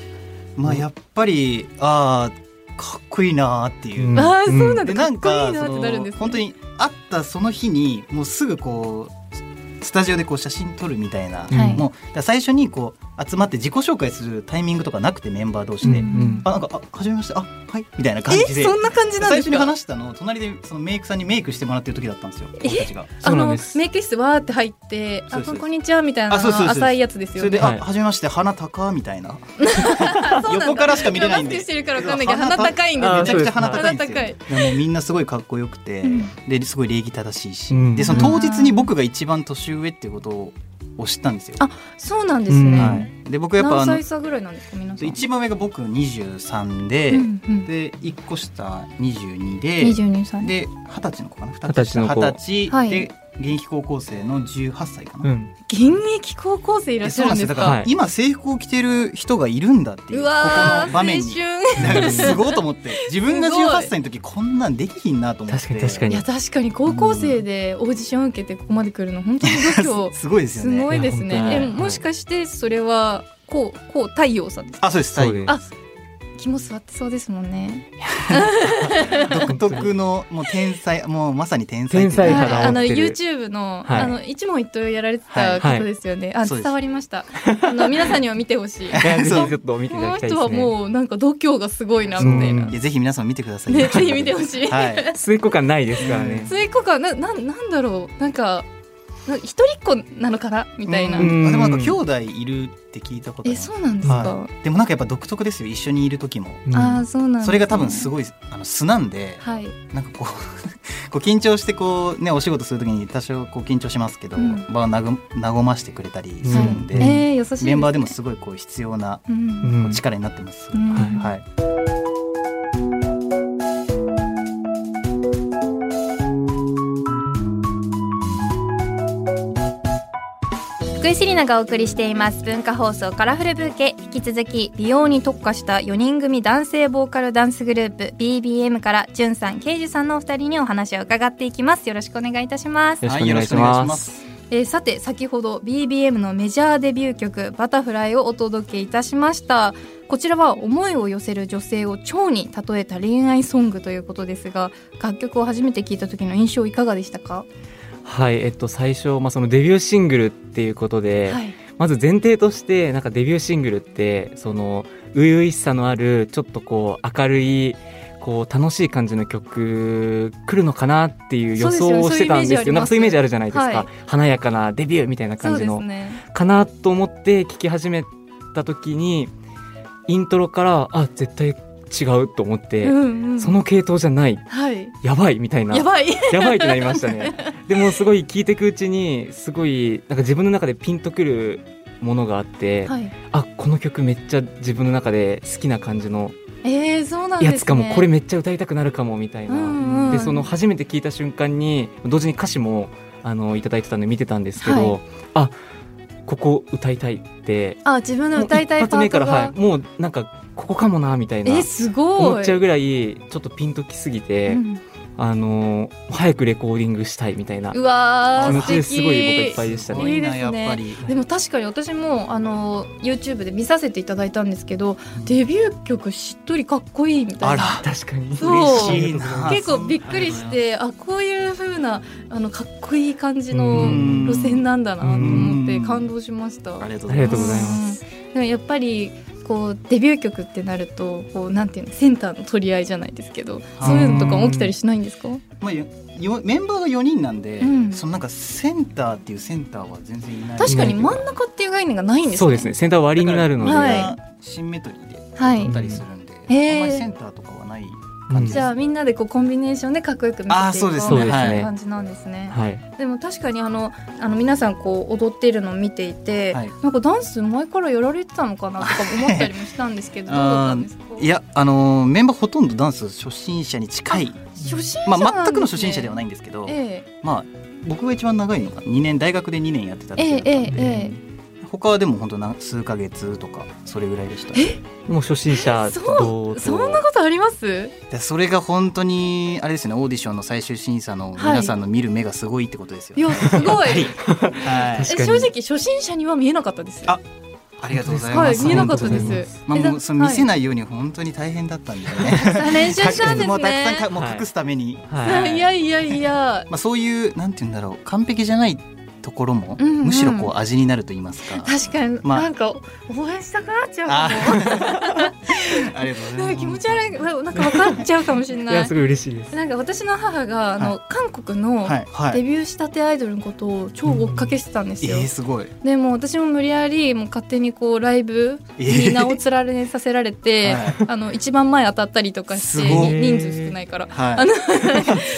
[SPEAKER 4] まあやっぱりああかっこいいなーっていう、
[SPEAKER 3] うん
[SPEAKER 2] ああそうなん
[SPEAKER 4] で
[SPEAKER 2] だか
[SPEAKER 4] な
[SPEAKER 2] っ
[SPEAKER 4] ん
[SPEAKER 2] こい
[SPEAKER 4] か
[SPEAKER 2] いなってなるんです、ね、
[SPEAKER 4] その本当に会ったその日にもうすぐこうスタジオでこう写真撮るみたいな、
[SPEAKER 3] はい
[SPEAKER 4] もうだから最初にこう集まって自己紹介するタイミングとかなくてメンバー同士で、
[SPEAKER 3] うんうん
[SPEAKER 4] あなんかあ初めましてあはいみたいな感じで
[SPEAKER 2] えそんな感じなん
[SPEAKER 4] 最
[SPEAKER 2] で
[SPEAKER 4] 初
[SPEAKER 2] す
[SPEAKER 4] に
[SPEAKER 2] か
[SPEAKER 4] 話したのを隣でそのメイクさんにメイクしてもらってる時だったんですよ僕たちが
[SPEAKER 3] そうなん
[SPEAKER 2] あ
[SPEAKER 3] で
[SPEAKER 2] の
[SPEAKER 3] す。
[SPEAKER 2] メイク室わーって入って「あ
[SPEAKER 4] そうですそうです
[SPEAKER 2] こんにちは」みたいな
[SPEAKER 4] あそうですそうです
[SPEAKER 2] 浅いやつです
[SPEAKER 4] そ
[SPEAKER 2] よ
[SPEAKER 4] れ
[SPEAKER 2] ね
[SPEAKER 4] で、
[SPEAKER 3] はい
[SPEAKER 4] あ初めまして鼻高みたいな
[SPEAKER 2] あそうなんだ
[SPEAKER 4] 横からしか見れないんで
[SPEAKER 2] マスクしてるからわかんないけど
[SPEAKER 4] 鼻
[SPEAKER 2] 鼻
[SPEAKER 4] 高
[SPEAKER 2] 高いんで
[SPEAKER 3] あ
[SPEAKER 2] す
[SPEAKER 4] めち
[SPEAKER 2] よ
[SPEAKER 4] ゃ
[SPEAKER 3] そうで
[SPEAKER 4] くち
[SPEAKER 3] す
[SPEAKER 4] ゃ鼻高いんですよ
[SPEAKER 2] 鼻
[SPEAKER 4] でもうみんなすごいかっこよくて、
[SPEAKER 2] うん
[SPEAKER 4] ですごい礼儀正しいし、
[SPEAKER 3] うん
[SPEAKER 4] でその当日に僕が一番年上っていうことを知ったんですよ
[SPEAKER 2] あ、そうなんですね、
[SPEAKER 3] うん
[SPEAKER 4] はい、で僕やっぱ
[SPEAKER 2] 何
[SPEAKER 4] あの
[SPEAKER 2] 歳差ぐらいなんですか皆さん
[SPEAKER 4] 一番上が僕23で、
[SPEAKER 2] うんうん
[SPEAKER 4] で一個下22で
[SPEAKER 2] 22歳
[SPEAKER 4] で二十歳の子かな二
[SPEAKER 3] 二十歳の子
[SPEAKER 4] 二十歳
[SPEAKER 2] はい
[SPEAKER 4] で現役高校生の18歳かな、
[SPEAKER 3] うん。
[SPEAKER 2] 現役高校生いらっしゃるんです
[SPEAKER 4] だ
[SPEAKER 2] か
[SPEAKER 4] から、
[SPEAKER 3] はい
[SPEAKER 4] 今制服を着てる人がいるんだっていう
[SPEAKER 2] う
[SPEAKER 4] ここ
[SPEAKER 2] わー
[SPEAKER 4] の場面に
[SPEAKER 2] 青春
[SPEAKER 4] だからすごいと 思って自分が
[SPEAKER 2] すごい
[SPEAKER 4] 18歳の時こんなんできひんなと思って
[SPEAKER 3] 確かに確か
[SPEAKER 2] い
[SPEAKER 3] に
[SPEAKER 2] や確かに高校生でオーディション受けてここまで来るの本当に度胸
[SPEAKER 4] すごいですよ
[SPEAKER 2] す
[SPEAKER 4] ね
[SPEAKER 2] ごいです
[SPEAKER 3] いや本
[SPEAKER 2] ね。
[SPEAKER 3] 当
[SPEAKER 2] え
[SPEAKER 3] に
[SPEAKER 2] もしかしてそれはこうこう太陽さんですか。
[SPEAKER 4] あそうです
[SPEAKER 3] そうです。
[SPEAKER 2] あ肝座ってそうですもんね。
[SPEAKER 4] 独特のもう天才もうまさに天才
[SPEAKER 3] 天才
[SPEAKER 4] っていう
[SPEAKER 3] 肌
[SPEAKER 4] か
[SPEAKER 3] を
[SPEAKER 2] はい、あの
[SPEAKER 3] 持ってる
[SPEAKER 2] YouTube の,、
[SPEAKER 3] はい
[SPEAKER 2] あの一問一答やられてた
[SPEAKER 3] は
[SPEAKER 2] こ
[SPEAKER 3] い
[SPEAKER 2] とですよね。あ
[SPEAKER 4] そうです
[SPEAKER 2] 伝わりま した。あの皆さんには見てほしい。
[SPEAKER 3] いやぜひち
[SPEAKER 4] そう
[SPEAKER 3] ょっと見て
[SPEAKER 2] こ
[SPEAKER 3] いただ
[SPEAKER 2] の
[SPEAKER 3] きたい
[SPEAKER 2] 人
[SPEAKER 3] で
[SPEAKER 2] は
[SPEAKER 3] すね。
[SPEAKER 2] もうなんか度胸がすごいなみたいな
[SPEAKER 3] う
[SPEAKER 4] い
[SPEAKER 3] ん。
[SPEAKER 4] やぜひ皆さん見てください、
[SPEAKER 2] ねぜひ見てほしい
[SPEAKER 4] はい、
[SPEAKER 3] 末っ子感ないですからね。
[SPEAKER 2] それ以降かななんなんだろうなんかな一人っ子なのかなみたいな。
[SPEAKER 3] うん
[SPEAKER 4] あでもなんか兄弟いるって聞いたことあ
[SPEAKER 2] え
[SPEAKER 4] ります
[SPEAKER 2] そうなんですか。
[SPEAKER 4] はでもなんかやっぱ独特ですよ一緒にいる時も
[SPEAKER 3] うん
[SPEAKER 2] ああそうなんです、ね。
[SPEAKER 4] それが多分すごいあの素なんで
[SPEAKER 2] はい。
[SPEAKER 4] なんかこう こう緊張してこうねお仕事する時に多少こう緊張しますけど
[SPEAKER 2] うん
[SPEAKER 4] 場を和む和ましてくれたりするん
[SPEAKER 3] う
[SPEAKER 4] で
[SPEAKER 3] ん
[SPEAKER 2] えー優しいすね
[SPEAKER 4] メンバーでもすごいこう必要な
[SPEAKER 2] う。
[SPEAKER 3] うんん
[SPEAKER 4] 力になってます
[SPEAKER 2] う。ん
[SPEAKER 3] はい
[SPEAKER 4] はい。
[SPEAKER 1] 福井セリナがお送りしています文化放送カラフルブーケ引き続き美容に特化した4人組男性ボーカルダンスグループ BBM からじゅんさんけいじさんのお二人にお話を伺っていきますよろしくお願いいたします
[SPEAKER 3] よろしくお願いし
[SPEAKER 4] は
[SPEAKER 3] ま。
[SPEAKER 4] ます
[SPEAKER 1] えーさて先ほど BBM のメジャーデビュー曲「バタフライ」をお届けいたしましたこちらは思いを寄せる女性を蝶に例えた恋愛ソングということですが楽曲を初めて聞いた時の印象いかがでしたか、
[SPEAKER 3] はい、えっと最初まあそのデビューシングルっていうことで、
[SPEAKER 2] はい。
[SPEAKER 3] まず前提としてなんかデビューシングルってその初々しさのあるちょっとこう明るいこう楽しい感じの曲来るのかなっていう予想
[SPEAKER 2] そ
[SPEAKER 3] を
[SPEAKER 2] うですよね
[SPEAKER 3] してたんですけどなんか
[SPEAKER 2] そ
[SPEAKER 3] そう
[SPEAKER 2] い
[SPEAKER 3] ういう
[SPEAKER 2] イ
[SPEAKER 3] う
[SPEAKER 2] メージ
[SPEAKER 3] イメージ
[SPEAKER 2] あ
[SPEAKER 3] あ
[SPEAKER 2] る
[SPEAKER 3] る
[SPEAKER 2] じ
[SPEAKER 3] じ
[SPEAKER 2] ゃな
[SPEAKER 3] ゃないい
[SPEAKER 2] で
[SPEAKER 3] ですす
[SPEAKER 2] か
[SPEAKER 3] か、華やかなデビューみたいな
[SPEAKER 2] そ
[SPEAKER 3] 感
[SPEAKER 2] う
[SPEAKER 3] じ
[SPEAKER 2] です
[SPEAKER 3] の、
[SPEAKER 2] ね。
[SPEAKER 3] かなと思って聞き始めた時にイントロからあ絶対違うと思って、
[SPEAKER 2] うんうん
[SPEAKER 3] その系統じゃない
[SPEAKER 2] はい。
[SPEAKER 3] やばいみたいな
[SPEAKER 2] やばい。
[SPEAKER 3] やばいってなりました ね。でもすごい聞いていくうちにすごいなんか自分の中でピンとくるものがあって、
[SPEAKER 2] はい。
[SPEAKER 3] あこの曲めっちゃ自分の中で好きな感じの
[SPEAKER 2] えー、そうなんですね。
[SPEAKER 3] やつかも、これめっちゃ歌いたくなるかもみたいな。
[SPEAKER 2] うんうん
[SPEAKER 3] でその初めて聞いた瞬間に同時に歌詞もあのいただいてたんで見てたんですけど、
[SPEAKER 2] は
[SPEAKER 3] あここ歌いたいって
[SPEAKER 2] あ自分の歌いたい
[SPEAKER 3] もう一
[SPEAKER 2] パ
[SPEAKER 3] 発目
[SPEAKER 2] ー
[SPEAKER 3] か
[SPEAKER 2] ト
[SPEAKER 3] ら、はい、
[SPEAKER 2] が。
[SPEAKER 3] もうなんかここかもなみたいな
[SPEAKER 2] えすご
[SPEAKER 3] 思っ
[SPEAKER 2] い。
[SPEAKER 3] ちゃうぐらいちょっとピンときすぎて、
[SPEAKER 2] うん
[SPEAKER 3] あの早くレコーディングしたいみたいな
[SPEAKER 2] うわ
[SPEAKER 3] 気
[SPEAKER 2] ー
[SPEAKER 3] 持
[SPEAKER 2] 素敵。
[SPEAKER 3] ちですごい僕いっぱいでした
[SPEAKER 4] す
[SPEAKER 3] ね
[SPEAKER 4] ごいな
[SPEAKER 2] ね
[SPEAKER 4] やっぱり。
[SPEAKER 2] でも確かに私もあの YouTube で見させていただいたんですけどデビュー曲しっとりかっこいいみたいな
[SPEAKER 3] 確かに
[SPEAKER 2] そう
[SPEAKER 4] 嬉しいな。
[SPEAKER 2] 結構びっくりしてあこういう風なあのかっこいい感じの
[SPEAKER 3] うん
[SPEAKER 2] 路線なんだなと思って
[SPEAKER 4] うん
[SPEAKER 2] 感動しました。
[SPEAKER 4] ありがとう
[SPEAKER 3] ありがとうございます
[SPEAKER 2] うんでもやっぱりこうデビュー曲ってなるとこうなんていうのセンターの取り合いじゃないですけどそういうのとかも起きたりしないんですか
[SPEAKER 4] まあ、よよメンバーが4人なんで、
[SPEAKER 2] うん
[SPEAKER 4] そのなんかセンターっていうセンターは全然いない
[SPEAKER 2] 確かに
[SPEAKER 4] ま
[SPEAKER 2] 真ん中っていう概念がないんですね
[SPEAKER 3] そうですねセンター割りになるので、
[SPEAKER 2] はい
[SPEAKER 4] シンメトリーで
[SPEAKER 2] は
[SPEAKER 4] 取
[SPEAKER 2] い
[SPEAKER 4] ったりするんで、
[SPEAKER 2] へー
[SPEAKER 4] あんまりセンターとかはない
[SPEAKER 3] うん
[SPEAKER 2] じゃあみんなでこうコンビネーションでかっこよく見せていこ
[SPEAKER 4] あーそうです
[SPEAKER 3] ね
[SPEAKER 2] みたいな
[SPEAKER 3] はい
[SPEAKER 2] 感じなんですね、
[SPEAKER 3] はい、
[SPEAKER 2] でも確かにあのあの皆さんこう踊っているのを見ていて、
[SPEAKER 4] はい
[SPEAKER 2] なんかダンス前からやられてたのかなとかも思ったりもしたんですけどどうだったんですか
[SPEAKER 4] いやあのーメンバーほとんどダンス初心者に近い、
[SPEAKER 2] 初心者
[SPEAKER 4] ま
[SPEAKER 2] なんです、ね
[SPEAKER 4] あ、全くの初心者ではないんですけど、
[SPEAKER 2] ええ
[SPEAKER 4] まあ僕が一番長いのが2年大学で2年やってたって
[SPEAKER 2] え
[SPEAKER 4] いう
[SPEAKER 2] え
[SPEAKER 4] の
[SPEAKER 2] ええ
[SPEAKER 4] だったんで、
[SPEAKER 2] え
[SPEAKER 4] 他はでも本当な数ヶ月とかそれぐらいでした
[SPEAKER 3] もう初心者
[SPEAKER 2] そ
[SPEAKER 3] と
[SPEAKER 2] うそんなことあります
[SPEAKER 4] でそれが本当にあれですよねオーディションの最終審査の皆さんの見る目がすごいってことですよ
[SPEAKER 2] い
[SPEAKER 4] ね、
[SPEAKER 2] やす ごいえ
[SPEAKER 4] はい
[SPEAKER 3] 確かに
[SPEAKER 2] 正直初心者には見えなかったです
[SPEAKER 4] あありがとうござい
[SPEAKER 2] は
[SPEAKER 4] ま
[SPEAKER 2] い
[SPEAKER 4] す、
[SPEAKER 2] 見えなかったで
[SPEAKER 3] ありがとうございます
[SPEAKER 4] まあ、
[SPEAKER 2] えだ
[SPEAKER 4] もうその見せ
[SPEAKER 2] はい
[SPEAKER 4] ないように本当に大変だったんでね、
[SPEAKER 2] さあ 練習したんですね
[SPEAKER 4] もうたくさんかもう
[SPEAKER 3] はい
[SPEAKER 4] 隠すために、
[SPEAKER 3] は い
[SPEAKER 2] いやいやいや
[SPEAKER 4] まあ、そういうなんて言うんだろう完璧じゃないところも、
[SPEAKER 2] うんうん
[SPEAKER 4] むしろこう味になると言いますか
[SPEAKER 2] 確かに、
[SPEAKER 4] まあ
[SPEAKER 2] なんか応援したくなっちゃう
[SPEAKER 4] あ
[SPEAKER 2] かも なんか
[SPEAKER 4] ありがとうございま す
[SPEAKER 2] 気持ち悪いなんか分かっちゃうかもしれ
[SPEAKER 3] い
[SPEAKER 2] ない
[SPEAKER 3] やすごい嬉しいです
[SPEAKER 2] なんか私の母があの、
[SPEAKER 4] は
[SPEAKER 2] 韓国の
[SPEAKER 4] はいは
[SPEAKER 2] デ
[SPEAKER 4] い
[SPEAKER 2] ビューしたてアイドルのことを超追っかけしてたんです
[SPEAKER 4] え
[SPEAKER 2] よ、
[SPEAKER 4] ー、すごい、
[SPEAKER 2] でも私も無理やりもう勝手にこうライブに名を連ねさせられて、
[SPEAKER 4] はい
[SPEAKER 2] あの一番前当たったりとかし
[SPEAKER 4] す
[SPEAKER 2] て
[SPEAKER 4] ご
[SPEAKER 3] い
[SPEAKER 2] 人数少ないから
[SPEAKER 4] はい、
[SPEAKER 2] あの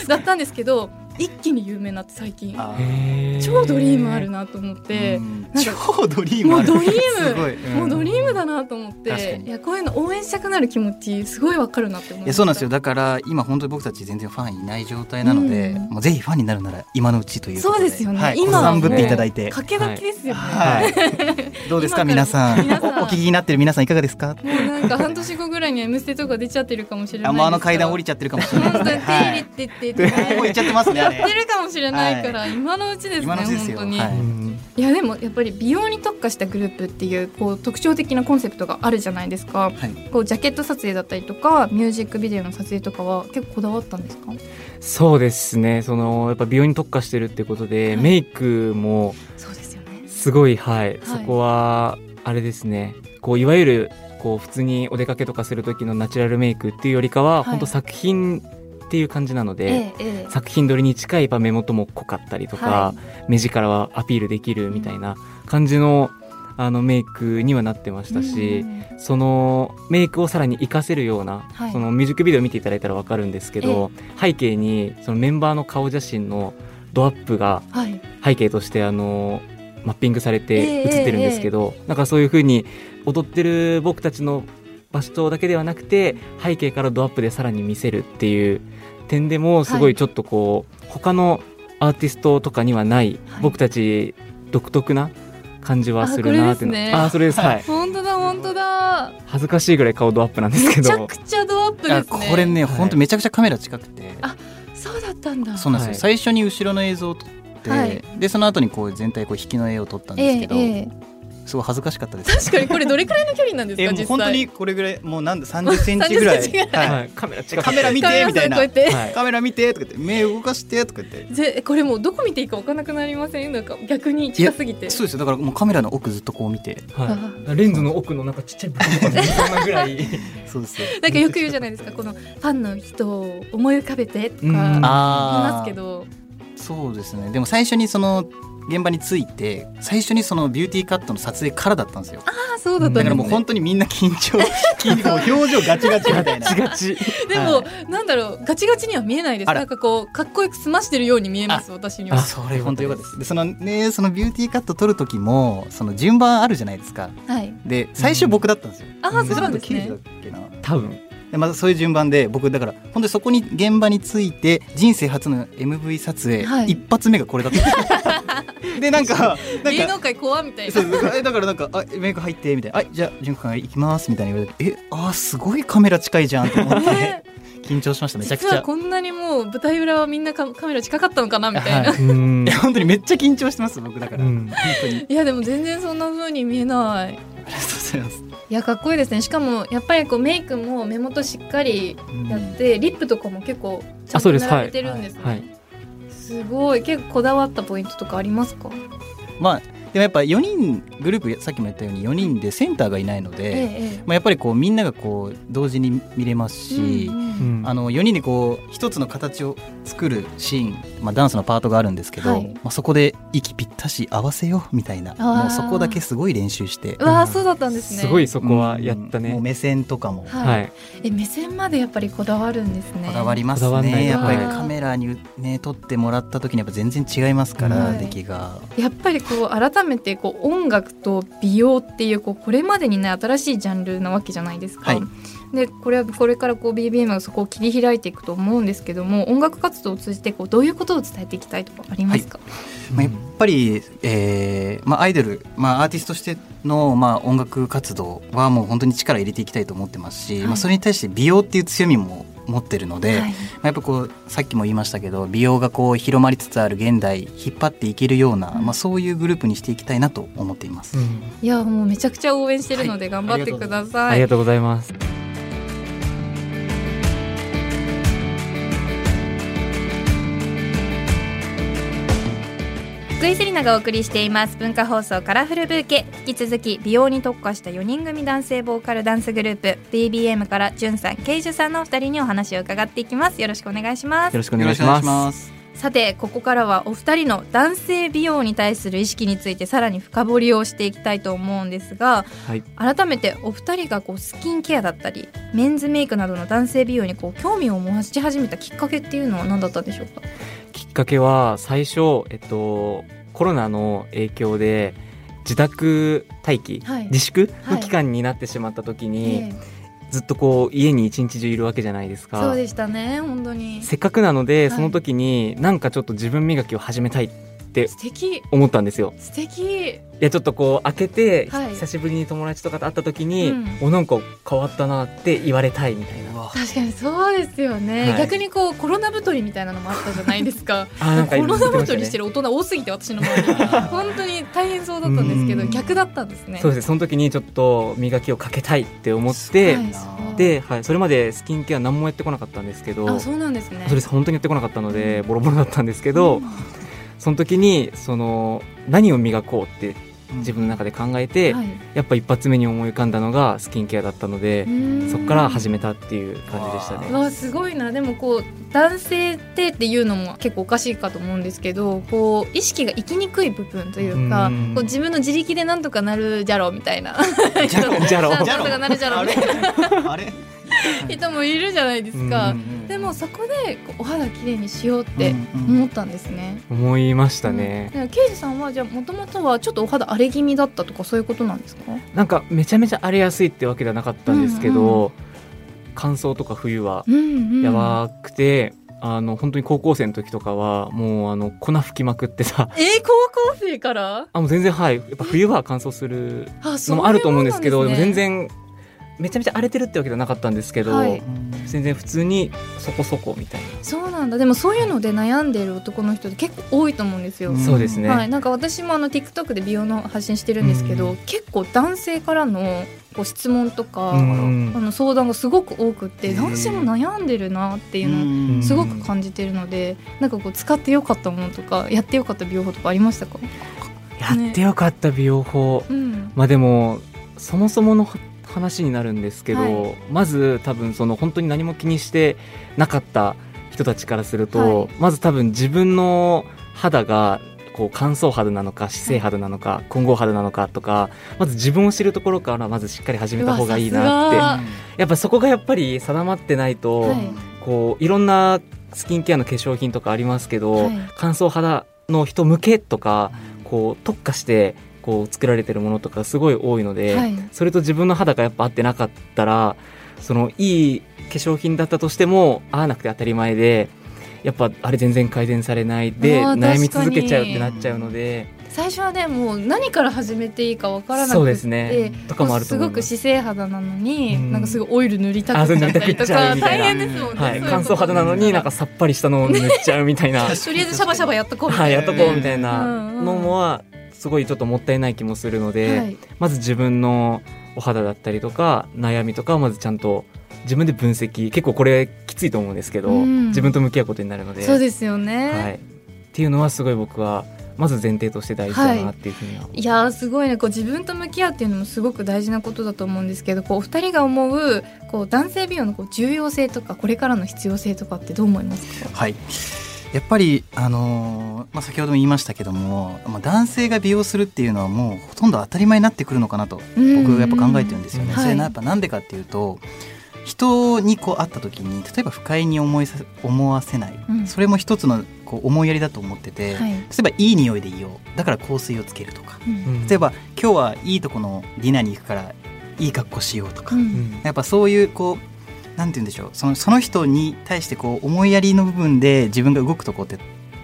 [SPEAKER 2] だったんですけど一気に有名になって最近
[SPEAKER 4] あ
[SPEAKER 3] へー
[SPEAKER 2] 超ドリームあるなと思っ
[SPEAKER 4] う
[SPEAKER 2] て、
[SPEAKER 4] ん
[SPEAKER 2] なん
[SPEAKER 4] 超ドリームある
[SPEAKER 2] もうドリーム
[SPEAKER 4] すごい、うん
[SPEAKER 2] もうドリームだなと思っ
[SPEAKER 4] 確か
[SPEAKER 2] て
[SPEAKER 4] に
[SPEAKER 2] いやこういうの応援したくなる気持ちすごいわかるなって思いま
[SPEAKER 4] い
[SPEAKER 2] した
[SPEAKER 4] やそうなんですよだから今本当に僕たち全然ファンいない状態なので、
[SPEAKER 2] うん
[SPEAKER 4] もうぜひファンになるなら今のうちということ
[SPEAKER 2] そう
[SPEAKER 4] で
[SPEAKER 2] ですよね、
[SPEAKER 4] はい、
[SPEAKER 2] 今
[SPEAKER 4] ご
[SPEAKER 2] は
[SPEAKER 4] 参
[SPEAKER 2] もう
[SPEAKER 4] ぶっていただいて、
[SPEAKER 2] 駆け出しですよね、
[SPEAKER 4] はい、どうですか
[SPEAKER 2] 今から
[SPEAKER 4] 皆さん
[SPEAKER 2] 皆さん
[SPEAKER 4] おお聞きになってる皆さんいかがですか
[SPEAKER 2] もうなんか半年後ぐらいには「M ステ」とか出ちゃってるかもしれない
[SPEAKER 4] あもうあの階段降
[SPEAKER 2] り
[SPEAKER 4] りちゃってるかもしれな
[SPEAKER 2] 本
[SPEAKER 4] い
[SPEAKER 2] 当に
[SPEAKER 4] で
[SPEAKER 2] 手
[SPEAKER 4] すねは
[SPEAKER 2] 入れ
[SPEAKER 4] い
[SPEAKER 2] って言ってて
[SPEAKER 4] もう行っちゃってますねあ
[SPEAKER 2] やって
[SPEAKER 4] れ
[SPEAKER 2] るかもしれないから、 今のうちですね
[SPEAKER 4] 今のうちですよ
[SPEAKER 2] 本当に、
[SPEAKER 4] はい
[SPEAKER 2] い、
[SPEAKER 3] うん
[SPEAKER 2] やでもやっぱり美容に特化したグループっていうこう特徴的なコンセプトがあるじゃないですか、
[SPEAKER 4] はい
[SPEAKER 2] こうジャケット撮影だったりとかミュージックビデオの撮影とかは結構こだわったんですか
[SPEAKER 3] そうですねそのやっぱ美容に特化してるってことで、
[SPEAKER 2] はい
[SPEAKER 3] メイクも
[SPEAKER 2] そうですよね
[SPEAKER 3] すごいはい、そこはあれですねこういわゆるこう普通にお出かけとかする時のナチュラルメイクっていうよりかは、
[SPEAKER 2] い
[SPEAKER 3] 本当作品っていう感じなので、
[SPEAKER 2] えええ
[SPEAKER 3] 作品撮りに近いやっぱ目元も濃かったりとか、
[SPEAKER 2] は
[SPEAKER 3] 目力はアピールできるみたいな感じの,、あのメイクにはなってましたし、
[SPEAKER 2] うんうん
[SPEAKER 3] そのメイクをさらに活かせるような、
[SPEAKER 2] はい
[SPEAKER 3] そのミュージックビデオ見ていただいたら分かるんですけど、背景にそのメンバーの顔写真のドアップが
[SPEAKER 2] はい
[SPEAKER 3] 背景としてあのマッピングされて
[SPEAKER 2] ええ
[SPEAKER 3] 映ってるんですけど、なんかそういう風に踊ってる僕たちの場所だけではなくて背景からドアップでさらに見せるっていう点でもすごいちょっとこう、他のアーティストとかにはない
[SPEAKER 2] はい
[SPEAKER 3] 僕たち独特な感じはするなーっていうの
[SPEAKER 2] あこれですね
[SPEAKER 3] あそれですはい
[SPEAKER 2] 本当だ本当だ
[SPEAKER 3] 恥ずかしいぐらい顔ドアップなんですけ
[SPEAKER 2] めちゃ
[SPEAKER 3] ど
[SPEAKER 2] くちゃドアップ
[SPEAKER 4] いや
[SPEAKER 2] ですね
[SPEAKER 4] これね
[SPEAKER 3] はい
[SPEAKER 4] 本当めちゃくちゃカメラ近くて
[SPEAKER 2] あそうだったんだ
[SPEAKER 4] そうなんですよ、
[SPEAKER 3] はい
[SPEAKER 4] 最初に後ろの映像を撮って、
[SPEAKER 2] はい
[SPEAKER 4] でその後にこう全体こう引きの絵を撮ったん
[SPEAKER 2] え
[SPEAKER 4] です
[SPEAKER 2] え
[SPEAKER 4] けど、
[SPEAKER 2] ええ
[SPEAKER 4] すごい恥ずかしかったです
[SPEAKER 2] 確かにこれどれくらいの距離なんですか
[SPEAKER 4] えも
[SPEAKER 2] 実際
[SPEAKER 4] う本当にこれぐらいもうなんだ30センチぐらい
[SPEAKER 2] 30センチぐ
[SPEAKER 4] はい
[SPEAKER 3] はい、カメラ近く
[SPEAKER 4] カメラ見
[SPEAKER 2] カメラ
[SPEAKER 4] てみたいな
[SPEAKER 2] さんこうやって
[SPEAKER 3] はい
[SPEAKER 4] カメラ見てとか言って目動かしてとか言って
[SPEAKER 2] ぜこれもうどこ見ていいか分からなくなりませんなんか逆に近すぎて
[SPEAKER 4] そうですよだからもうカメラの奥ずっとこう見て
[SPEAKER 3] はい、レンズの奥のなんかちっちゃい部分とかねそんなぐらい
[SPEAKER 4] そうですよ
[SPEAKER 2] なんかよく言うじゃないですかこのファンの人を思い浮かべてとか言い
[SPEAKER 3] うん
[SPEAKER 2] ま
[SPEAKER 4] あ
[SPEAKER 2] すけど
[SPEAKER 4] そうですねでも最初にその現場に着いて最初にそのビューティーカットの撮影からだったんですよ
[SPEAKER 2] ああそうだったんです
[SPEAKER 4] だか
[SPEAKER 2] ね
[SPEAKER 4] らもう本当にみんな緊張緊張もう 表情ガチガチみたいな
[SPEAKER 3] ガチガ チ
[SPEAKER 2] でも、なんだろうガチガチには見えないです
[SPEAKER 4] あら
[SPEAKER 2] なんかこうかっこよく済ましてるように見えます私には
[SPEAKER 3] あ
[SPEAKER 4] それ本当よかったですでそのねそのビューティーカット撮る時もその順番あるじゃないですか
[SPEAKER 2] はい
[SPEAKER 4] で最初僕だったんですよ、
[SPEAKER 2] ああそうなん
[SPEAKER 4] と
[SPEAKER 2] です
[SPEAKER 4] ケイ
[SPEAKER 2] ね
[SPEAKER 4] ジだっけな
[SPEAKER 3] 多分
[SPEAKER 4] でまたそういう順番で僕だから本当にそこに現場について人生初の MV 撮影、
[SPEAKER 2] はい
[SPEAKER 4] 一発目がこれだった でなんかなん
[SPEAKER 2] 芸
[SPEAKER 4] か
[SPEAKER 2] 能界怖みたい
[SPEAKER 4] そ
[SPEAKER 2] な
[SPEAKER 4] うそうえだからなんか「あメイク入って」みたいな「はいじゃあ純子君行きます」みたいな言われて「えあーすごいカメラ近いじゃん」と思って、
[SPEAKER 2] ね
[SPEAKER 4] 緊張しましためちゃく
[SPEAKER 2] 実
[SPEAKER 4] ち
[SPEAKER 2] は
[SPEAKER 4] ゃ。
[SPEAKER 2] こんなにもう舞台裏はみんなカカメラ近かったのかなみたいな、
[SPEAKER 4] はい
[SPEAKER 3] ーん
[SPEAKER 4] いや本当にめっちゃ緊張してます僕だから、
[SPEAKER 3] う
[SPEAKER 4] 本
[SPEAKER 3] ん
[SPEAKER 4] 当に
[SPEAKER 2] いやでも全然そんな風に見えない
[SPEAKER 4] ありがとうございます、
[SPEAKER 2] いやかっこいいですねしかもやっぱりこうメイクも目元しっかり
[SPEAKER 4] うん
[SPEAKER 2] やって、リップとかも結構ちゃ
[SPEAKER 3] あ
[SPEAKER 2] ん
[SPEAKER 3] そ
[SPEAKER 2] と
[SPEAKER 3] うです
[SPEAKER 2] 並べてるんですね、
[SPEAKER 3] はい
[SPEAKER 2] すごい結構こだわったポイントとかありますか
[SPEAKER 4] まあもやっぱ4人グループさっきも言ったように4人でセンターがいないので、
[SPEAKER 2] え
[SPEAKER 4] まあ、やっぱりこうみんながこう同時に見れます
[SPEAKER 2] え
[SPEAKER 4] し、
[SPEAKER 2] うん
[SPEAKER 3] うん
[SPEAKER 4] あの4人でこう一つの形を作るシーン、まあ、ダンスのパートがあるんですけど、
[SPEAKER 2] はい
[SPEAKER 4] まあ、そこで息ぴったし合わせようみたいな
[SPEAKER 2] あー
[SPEAKER 4] もうそこだけすごい練習して
[SPEAKER 2] う。わあそうだったんですね
[SPEAKER 3] すごいそこはやった
[SPEAKER 4] うんも
[SPEAKER 3] ね
[SPEAKER 4] う。目線とかも
[SPEAKER 2] は
[SPEAKER 3] はいい。
[SPEAKER 2] え目線までやっぱりこだわるんですね
[SPEAKER 4] こだわります
[SPEAKER 3] こだわんない
[SPEAKER 4] ね
[SPEAKER 3] な
[SPEAKER 4] やっぱり
[SPEAKER 2] はい
[SPEAKER 4] カメラに、ね、撮ってもらった時にやっぱ全然違いますから、
[SPEAKER 2] はい
[SPEAKER 4] 出来が。
[SPEAKER 2] やっぱりこう改めてこう音楽と美容っていうこうこれまでにない新しいジャンルなわけじゃないですか。
[SPEAKER 4] はい
[SPEAKER 2] でこれはこれからこう BBM がそこを切り開いていくと思うんですけども音楽活動を通じてこうどういうことを伝えていきたいとかありますか、
[SPEAKER 4] まあ、やっぱり、えーまあ、アイドル、まあ、アーティストとしての、まあ、音楽活動はもう本当に力入れていきたいと思ってますし、
[SPEAKER 2] はい
[SPEAKER 4] まあ、それに対して美容っていう強みも持ってるの
[SPEAKER 2] は
[SPEAKER 4] で、
[SPEAKER 2] い
[SPEAKER 4] まあ、やっぱこうさっきも言いましたけど美容がこう広まりつつある現代引っ張っていけるような、
[SPEAKER 2] うん
[SPEAKER 4] まあ、そういうグループにしていきたいなと思っています。
[SPEAKER 2] いやもうめちゃくちゃ応援してるので頑張ってくだ
[SPEAKER 3] あ
[SPEAKER 2] さい。
[SPEAKER 3] りがとうございます。
[SPEAKER 1] 福井セリナがお送りしています文化放送カラフルブーケ引き続き美容に特化した4人組男性ボーカルダンスグループ BBM からじゅんさんケイジュさんのお二人にお話を伺っていきますよろしくお願いします
[SPEAKER 3] よろしくお願いします。
[SPEAKER 4] す。
[SPEAKER 1] さてここからはお二人の男性美容に対する意識についてさらに深掘りをしていきたいと思うんですが
[SPEAKER 3] はい。
[SPEAKER 1] 改めてお二人がこうスキンケアだったりメンズメイクなどの男性美容にこう興味を持ち始めたきっかけっていうのは何だったんでしょうか
[SPEAKER 3] きっかけは最初、えっと、コロナの影響で自宅待機、
[SPEAKER 2] はい
[SPEAKER 3] 自粛
[SPEAKER 2] はい
[SPEAKER 3] の期間になってしまった時に、
[SPEAKER 2] ええ
[SPEAKER 3] ずっとこう家に一日中いるわけじゃないですか。
[SPEAKER 2] そうでしたね本当に素
[SPEAKER 3] せっかくなので、
[SPEAKER 2] い
[SPEAKER 3] その時になんかちょっと自分磨きを始めたい
[SPEAKER 2] 敵
[SPEAKER 3] 思ったんですよ。
[SPEAKER 2] 素敵
[SPEAKER 3] いやちょっとこう開けて、
[SPEAKER 2] はい
[SPEAKER 3] 久しぶりに友達とかと会った時に、
[SPEAKER 2] うん
[SPEAKER 3] おなんか変わったなって言われたいみたいな。
[SPEAKER 2] 確かにそうですよね、
[SPEAKER 3] はい
[SPEAKER 2] 逆にこうコロナ太りみたいなのもあったじゃないですか
[SPEAKER 3] あ なん
[SPEAKER 2] コ
[SPEAKER 3] か 今
[SPEAKER 2] ロナ太りして
[SPEAKER 3] 言ってま
[SPEAKER 2] る大人多すぎて私の周り本当に大変そうだったんですけ
[SPEAKER 4] う
[SPEAKER 2] ど
[SPEAKER 4] ん
[SPEAKER 2] 逆だったんです
[SPEAKER 3] したね
[SPEAKER 2] ね。
[SPEAKER 3] そうですねその時にちょっと磨きをかけたいって思って、
[SPEAKER 2] はいそう
[SPEAKER 3] で、はい、それまでスキンケア何もやってこなかったんですけど
[SPEAKER 2] あそうなんですね。
[SPEAKER 3] そうです本当にやってこなかったのでボロボロだったんですけど、その時にその何を磨こうって自分の中で考えて、
[SPEAKER 2] はい
[SPEAKER 3] やっぱ一発目に思い浮かんだのがスキンケアだったので、そこから始めたっていう感じでした
[SPEAKER 2] う
[SPEAKER 3] ね。
[SPEAKER 2] わすごいなでもこう男性ってっていうのも結構おかしいかと思うんですけどこう意識が行きにくい部分というか
[SPEAKER 3] うん
[SPEAKER 2] こう自分の自力でなんとかなるじゃろうみたいな
[SPEAKER 4] じゃろ
[SPEAKER 3] じゃろ
[SPEAKER 2] なんとかなるじゃろうみたいな
[SPEAKER 4] あれ
[SPEAKER 2] 人もいるじゃないですか
[SPEAKER 3] うん
[SPEAKER 2] でもそこでこうお肌きれいにしようって思ったんですね。
[SPEAKER 3] 思いましたね、
[SPEAKER 2] うん。刑事さんはじゃあもともとはちょっとお肌荒れ気味だったとかそういうことなんですか？
[SPEAKER 3] なんかめちゃめちゃ荒れやすいってわけではなかったんですけど、乾燥とか冬は
[SPEAKER 2] うんうん。
[SPEAKER 3] やばくて、あの本当に高校生の時とかはもうあの粉吹きまくってさ
[SPEAKER 2] えー高校生から？
[SPEAKER 3] あもう全然はいやっぱ冬は乾燥する
[SPEAKER 2] あ
[SPEAKER 3] のもあると思うんですけ
[SPEAKER 2] そ
[SPEAKER 3] ど
[SPEAKER 2] ういうもんなん
[SPEAKER 3] 全
[SPEAKER 2] ですね
[SPEAKER 3] 然めちゃめちゃ荒れてるってわけではなかったんですけど、
[SPEAKER 2] はい
[SPEAKER 3] 全然普通にそこそこみたい
[SPEAKER 2] そうなんだでもそういうので悩んでる男の人って結構多いと思うんですよ、
[SPEAKER 4] う
[SPEAKER 3] な、
[SPEAKER 4] ん
[SPEAKER 3] そうですね、
[SPEAKER 2] はい、なんか私もあの TikTok で美容の発信してるんですけど、
[SPEAKER 3] うん
[SPEAKER 2] 結構男性からのこう質問とか、
[SPEAKER 3] うん
[SPEAKER 2] あの相談がすごく多くって
[SPEAKER 4] へー
[SPEAKER 2] 男性も悩んでるなっていうのを
[SPEAKER 3] うん
[SPEAKER 2] すごく感じてるので、なんかこう使ってよかったものとかやってよかった美容法とかありましたか、
[SPEAKER 3] やってよかった美容法、
[SPEAKER 2] うん
[SPEAKER 3] まあでもそもそもの話になるんですけど、
[SPEAKER 2] は
[SPEAKER 3] まず多分その本当に何も気にしてなかった人たちからすると、
[SPEAKER 2] は
[SPEAKER 3] まず多分自分の肌がこう乾燥肌なのか姿勢肌なのか混合肌なのかとかまず自分を知るところからまずしっかり始めた方がいいなって
[SPEAKER 2] うわさ
[SPEAKER 3] やっぱそこがやっぱり定まってないと、
[SPEAKER 2] はい
[SPEAKER 3] い、こういろんなスキンケアの化粧品とかありますけど、
[SPEAKER 2] はい
[SPEAKER 3] 乾燥肌の人向けとかこう特化してこう作られてるものとかすごい多いので、
[SPEAKER 2] はい
[SPEAKER 3] それと自分の肌がやっぱ合ってなかったらそのいい化粧品だったとしても合わなくて当たり前でやっぱあれ全然改善されないで
[SPEAKER 2] あー
[SPEAKER 3] 悩み続けちゃうっ
[SPEAKER 2] 確
[SPEAKER 3] て
[SPEAKER 2] か
[SPEAKER 3] な
[SPEAKER 4] に
[SPEAKER 3] っちゃうので
[SPEAKER 2] 最初はねもう何から始めていいかわからなくて
[SPEAKER 3] そうですねとかもあると
[SPEAKER 2] す
[SPEAKER 3] 思い
[SPEAKER 2] ご
[SPEAKER 3] ま
[SPEAKER 2] く
[SPEAKER 3] す。
[SPEAKER 2] 姿勢肌なのに、
[SPEAKER 3] うん
[SPEAKER 2] なんかすごいオイル塗りたくなったりと
[SPEAKER 3] あそう塗りたくっちゃ
[SPEAKER 2] か
[SPEAKER 3] うみた
[SPEAKER 2] 大
[SPEAKER 3] いな
[SPEAKER 2] 変ですもんね、
[SPEAKER 3] は
[SPEAKER 2] そうい
[SPEAKER 3] い、
[SPEAKER 2] うこと
[SPEAKER 3] 乾燥肌なのになんかさっぱりしたのを塗っちゃうみた いな、
[SPEAKER 2] とりあえずシャバシャバやっとこうみた
[SPEAKER 3] はい、
[SPEAKER 2] い
[SPEAKER 3] や
[SPEAKER 2] な
[SPEAKER 3] っとこうみたい
[SPEAKER 2] うんう
[SPEAKER 3] なんのもはすごいちょっともったいない気もするので、
[SPEAKER 2] はい
[SPEAKER 3] まず自分のお肌だったりとか悩みとかをまずちゃんと自分で分析結構これきついと思うんですけど、
[SPEAKER 2] うん
[SPEAKER 3] 自分と向き合うことになるので
[SPEAKER 2] そうですよね、
[SPEAKER 3] はい、っていうのはすごい僕はまず前提として大事だなっていうふうには、
[SPEAKER 2] いやーすごいねこう自分と向き合うっていうのもすごく大事なことだと思うんですけどこうお二人が思うこう男性美容のこう重要性とかこれからの必要性とかってどう思いますか
[SPEAKER 4] はい、やっぱり、あのーまあ、先ほども言いましたけども、まあ、男性が美容するっていうのはもうほとんど当たり前になってくるのかなと僕やっぱ考えてるんですよね。
[SPEAKER 2] うん
[SPEAKER 4] そ
[SPEAKER 2] は
[SPEAKER 4] れな
[SPEAKER 2] い
[SPEAKER 4] やっぱなんでかっていうと人にこう会った時に例えば不快に思いさ思わせない、
[SPEAKER 2] うん
[SPEAKER 4] それも一つのこう思いやりだと思ってて、
[SPEAKER 2] はい
[SPEAKER 4] 例えばいい匂いでいようだから香水をつけるとか
[SPEAKER 2] うん
[SPEAKER 4] 例えば今日はいいとこのディナーに行くからいい格好しようとか、
[SPEAKER 2] う
[SPEAKER 3] うんん
[SPEAKER 4] やっぱそういうこうなんて言うんでしょうそのその人に対してこう思いやりの部分で自分が動くとこって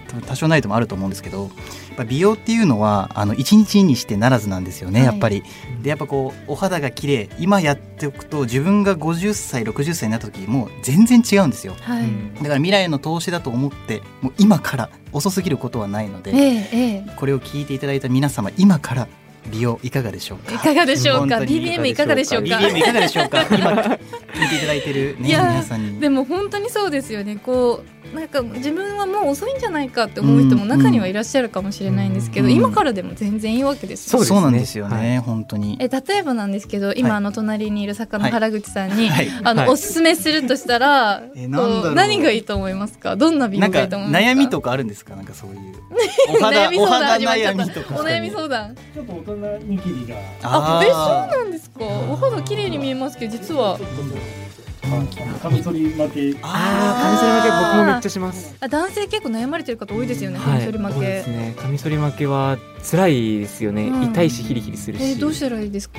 [SPEAKER 4] 多分多少ないともあると思うんですけどやっぱ美容っていうのはあの一日にしてならずなんですよね、
[SPEAKER 2] はい
[SPEAKER 4] やっぱり。でやっぱこうお肌が綺麗今やっておくと自分が50歳60歳になった時もう全然違うんですよ
[SPEAKER 2] は
[SPEAKER 3] う
[SPEAKER 2] い、
[SPEAKER 3] ん
[SPEAKER 4] だから未来への投資だと思ってもう今から遅すぎることはないの
[SPEAKER 2] え
[SPEAKER 4] で
[SPEAKER 2] ええ
[SPEAKER 4] これを聞いていただいた皆様今から美容いかがでしょう
[SPEAKER 2] えい
[SPEAKER 4] か
[SPEAKER 2] かがでしょうか
[SPEAKER 4] 本当に
[SPEAKER 2] BBM いかがでしょうか
[SPEAKER 4] BBM いかがでしょう か今聞いていただいてる、ね、
[SPEAKER 2] いやー
[SPEAKER 4] 皆さんに
[SPEAKER 2] でも本当にそうですよねこうなんか自分はもう遅いんじゃないかって思う人も
[SPEAKER 4] うん
[SPEAKER 2] 中にはいらっしゃるかもしれないんですけど、
[SPEAKER 4] うん
[SPEAKER 2] 今からでも全然いいわけですよね
[SPEAKER 3] そうですね
[SPEAKER 4] なんですよね、
[SPEAKER 3] はい
[SPEAKER 4] 本当に
[SPEAKER 2] え例えばなんですけど今、
[SPEAKER 4] はい
[SPEAKER 2] あの隣にいる作家の原口さんに、
[SPEAKER 4] はい
[SPEAKER 2] あの、
[SPEAKER 3] はい
[SPEAKER 2] おすすめするとしたら
[SPEAKER 4] えなんだろう
[SPEAKER 2] こう何がいいと思いますかどんな美
[SPEAKER 4] な
[SPEAKER 2] 容
[SPEAKER 4] ん
[SPEAKER 2] が
[SPEAKER 4] か
[SPEAKER 2] いいと思いますか
[SPEAKER 4] 悩みとかあるんですかなんかそういう
[SPEAKER 2] 悩
[SPEAKER 4] お肌
[SPEAKER 2] み
[SPEAKER 4] お
[SPEAKER 2] 相談始
[SPEAKER 4] 肌
[SPEAKER 2] まっちゃ
[SPEAKER 4] 悩
[SPEAKER 2] った
[SPEAKER 4] みとか
[SPEAKER 2] お悩み相談
[SPEAKER 6] ちょっと大人握りが
[SPEAKER 2] あえそう
[SPEAKER 4] あ
[SPEAKER 2] なんですかお肌綺麗に見えますけど実は
[SPEAKER 6] ちょっとカミソリ負け
[SPEAKER 3] あーカミソリ負け僕もめっちゃします
[SPEAKER 2] あ男性結構悩まれてる方多いですよね、
[SPEAKER 3] は
[SPEAKER 2] カミソリ負
[SPEAKER 3] そうで
[SPEAKER 2] け
[SPEAKER 3] す、ねカミソリ負けは辛いですよね、
[SPEAKER 2] うん
[SPEAKER 3] 痛いしヒリヒリする
[SPEAKER 2] え
[SPEAKER 3] し、
[SPEAKER 2] ーどうしたらいいです か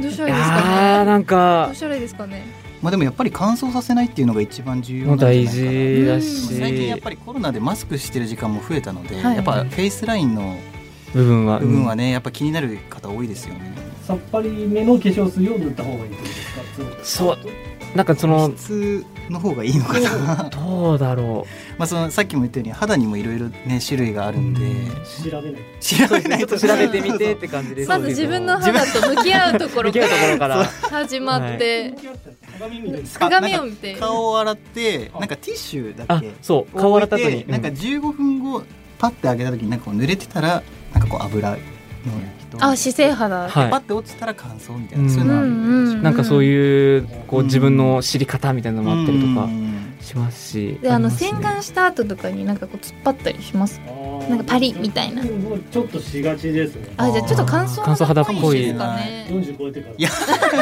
[SPEAKER 2] どうしたらいいですか
[SPEAKER 3] あー
[SPEAKER 2] ね
[SPEAKER 3] なん
[SPEAKER 2] ど
[SPEAKER 3] か
[SPEAKER 2] うしたらいいですかね
[SPEAKER 4] まあでもやっぱり乾燥させないっていうのが一番重要な
[SPEAKER 3] も
[SPEAKER 4] ん
[SPEAKER 3] う
[SPEAKER 4] じゃない
[SPEAKER 3] 大
[SPEAKER 4] かな
[SPEAKER 3] 事だし、
[SPEAKER 2] うん
[SPEAKER 4] 最近やっぱりコロナでマスクしてる時間も増えたので、
[SPEAKER 2] はい
[SPEAKER 4] やっぱフェイスラインの
[SPEAKER 3] 部分は
[SPEAKER 4] 部分はね、やっぱ気になる方多いですよね。
[SPEAKER 6] さっぱりめの化粧水を塗った方がいいってことですかつまり
[SPEAKER 3] そうなんかその
[SPEAKER 4] 質の方がいいのかな。
[SPEAKER 3] どうだろ
[SPEAKER 4] まあそのさっきも言ったように肌にもいろいろね種類があるんで、
[SPEAKER 6] 調べない
[SPEAKER 4] 調べ
[SPEAKER 3] う
[SPEAKER 4] ない
[SPEAKER 3] ちょっと
[SPEAKER 4] と
[SPEAKER 3] 調べてみてって感じです
[SPEAKER 2] まず自分の肌と向き合うところ
[SPEAKER 3] 向
[SPEAKER 2] か
[SPEAKER 3] き合うところから
[SPEAKER 2] ら始まって、
[SPEAKER 6] 鏡見るんです
[SPEAKER 4] そう
[SPEAKER 2] 鏡を見て
[SPEAKER 4] 顔を洗ってなんかティッシュだっ
[SPEAKER 3] あ
[SPEAKER 4] け
[SPEAKER 3] そう顔洗った後
[SPEAKER 4] 置い
[SPEAKER 3] に
[SPEAKER 4] てなんか
[SPEAKER 3] うん
[SPEAKER 4] 15分後パッて上げた時になんかこう濡れてたらなんかこう油の人
[SPEAKER 2] あ姿勢肌
[SPEAKER 3] はい
[SPEAKER 4] パッて落ちたら乾燥みたいな、
[SPEAKER 3] うん
[SPEAKER 4] そういうのあるんで
[SPEAKER 2] うん
[SPEAKER 3] なんかそういうこう
[SPEAKER 4] うん
[SPEAKER 3] 自分の知り方みたいなのもあったりと
[SPEAKER 4] う
[SPEAKER 3] か
[SPEAKER 4] ん
[SPEAKER 3] しますし
[SPEAKER 2] であの
[SPEAKER 3] りますね
[SPEAKER 2] 洗顔した後とかになんかこう突っ張ったりしますなんかパリみたいな
[SPEAKER 6] ちょっとしがちですね
[SPEAKER 2] あじゃあちょっと乾燥
[SPEAKER 3] 乾燥肌っぽい
[SPEAKER 2] ですかね
[SPEAKER 6] 40超えてから
[SPEAKER 4] いや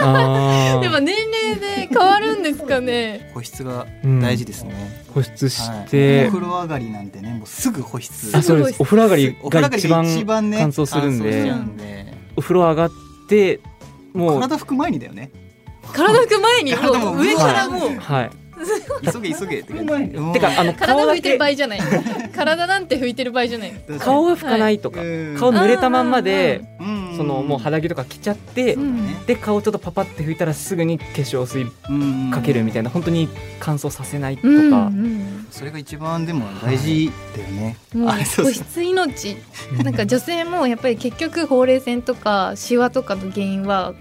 [SPEAKER 3] あー
[SPEAKER 2] でも年齢で変わるんですかね
[SPEAKER 4] 保湿が
[SPEAKER 3] うん
[SPEAKER 4] 大事ですね、
[SPEAKER 3] 保湿し
[SPEAKER 4] お
[SPEAKER 3] て
[SPEAKER 4] 風呂上がりなんてねもうすぐ保湿
[SPEAKER 3] あそうですお風呂上がり
[SPEAKER 4] お風呂
[SPEAKER 3] が
[SPEAKER 4] 上がり
[SPEAKER 3] 一
[SPEAKER 4] が
[SPEAKER 3] 番
[SPEAKER 4] 一番ね
[SPEAKER 3] 乾燥するんで
[SPEAKER 4] 乾燥しちゃうんで
[SPEAKER 3] お風呂上がってもう
[SPEAKER 4] 体拭く前にだよね
[SPEAKER 2] 体拭く前に
[SPEAKER 4] 体
[SPEAKER 2] も
[SPEAKER 4] も
[SPEAKER 2] う上からもう
[SPEAKER 3] はい
[SPEAKER 4] 急げ急げって感
[SPEAKER 6] うまい
[SPEAKER 4] じうん
[SPEAKER 3] てかあの
[SPEAKER 2] 体
[SPEAKER 3] 顔
[SPEAKER 2] 拭
[SPEAKER 3] だ
[SPEAKER 2] いてる
[SPEAKER 3] け
[SPEAKER 2] 場合じゃない体なんて拭いてる場合じゃない
[SPEAKER 4] 確かに
[SPEAKER 3] 顔は拭かないとか
[SPEAKER 4] うん
[SPEAKER 3] 顔濡れたまんまで
[SPEAKER 4] うん
[SPEAKER 3] そのもう肌着とか着ちゃって
[SPEAKER 2] うん
[SPEAKER 3] で顔ちょっとパパって拭いたらすぐに化粧水
[SPEAKER 4] うん
[SPEAKER 3] かけるみたいな本当に乾燥させないと
[SPEAKER 2] うん
[SPEAKER 3] か
[SPEAKER 4] それが一番でも大事だよね、
[SPEAKER 2] もう
[SPEAKER 4] あれそう
[SPEAKER 2] 保
[SPEAKER 4] そう
[SPEAKER 2] 湿命 なんか女性もやっぱり結局ほうれい線とかシワとかの原因は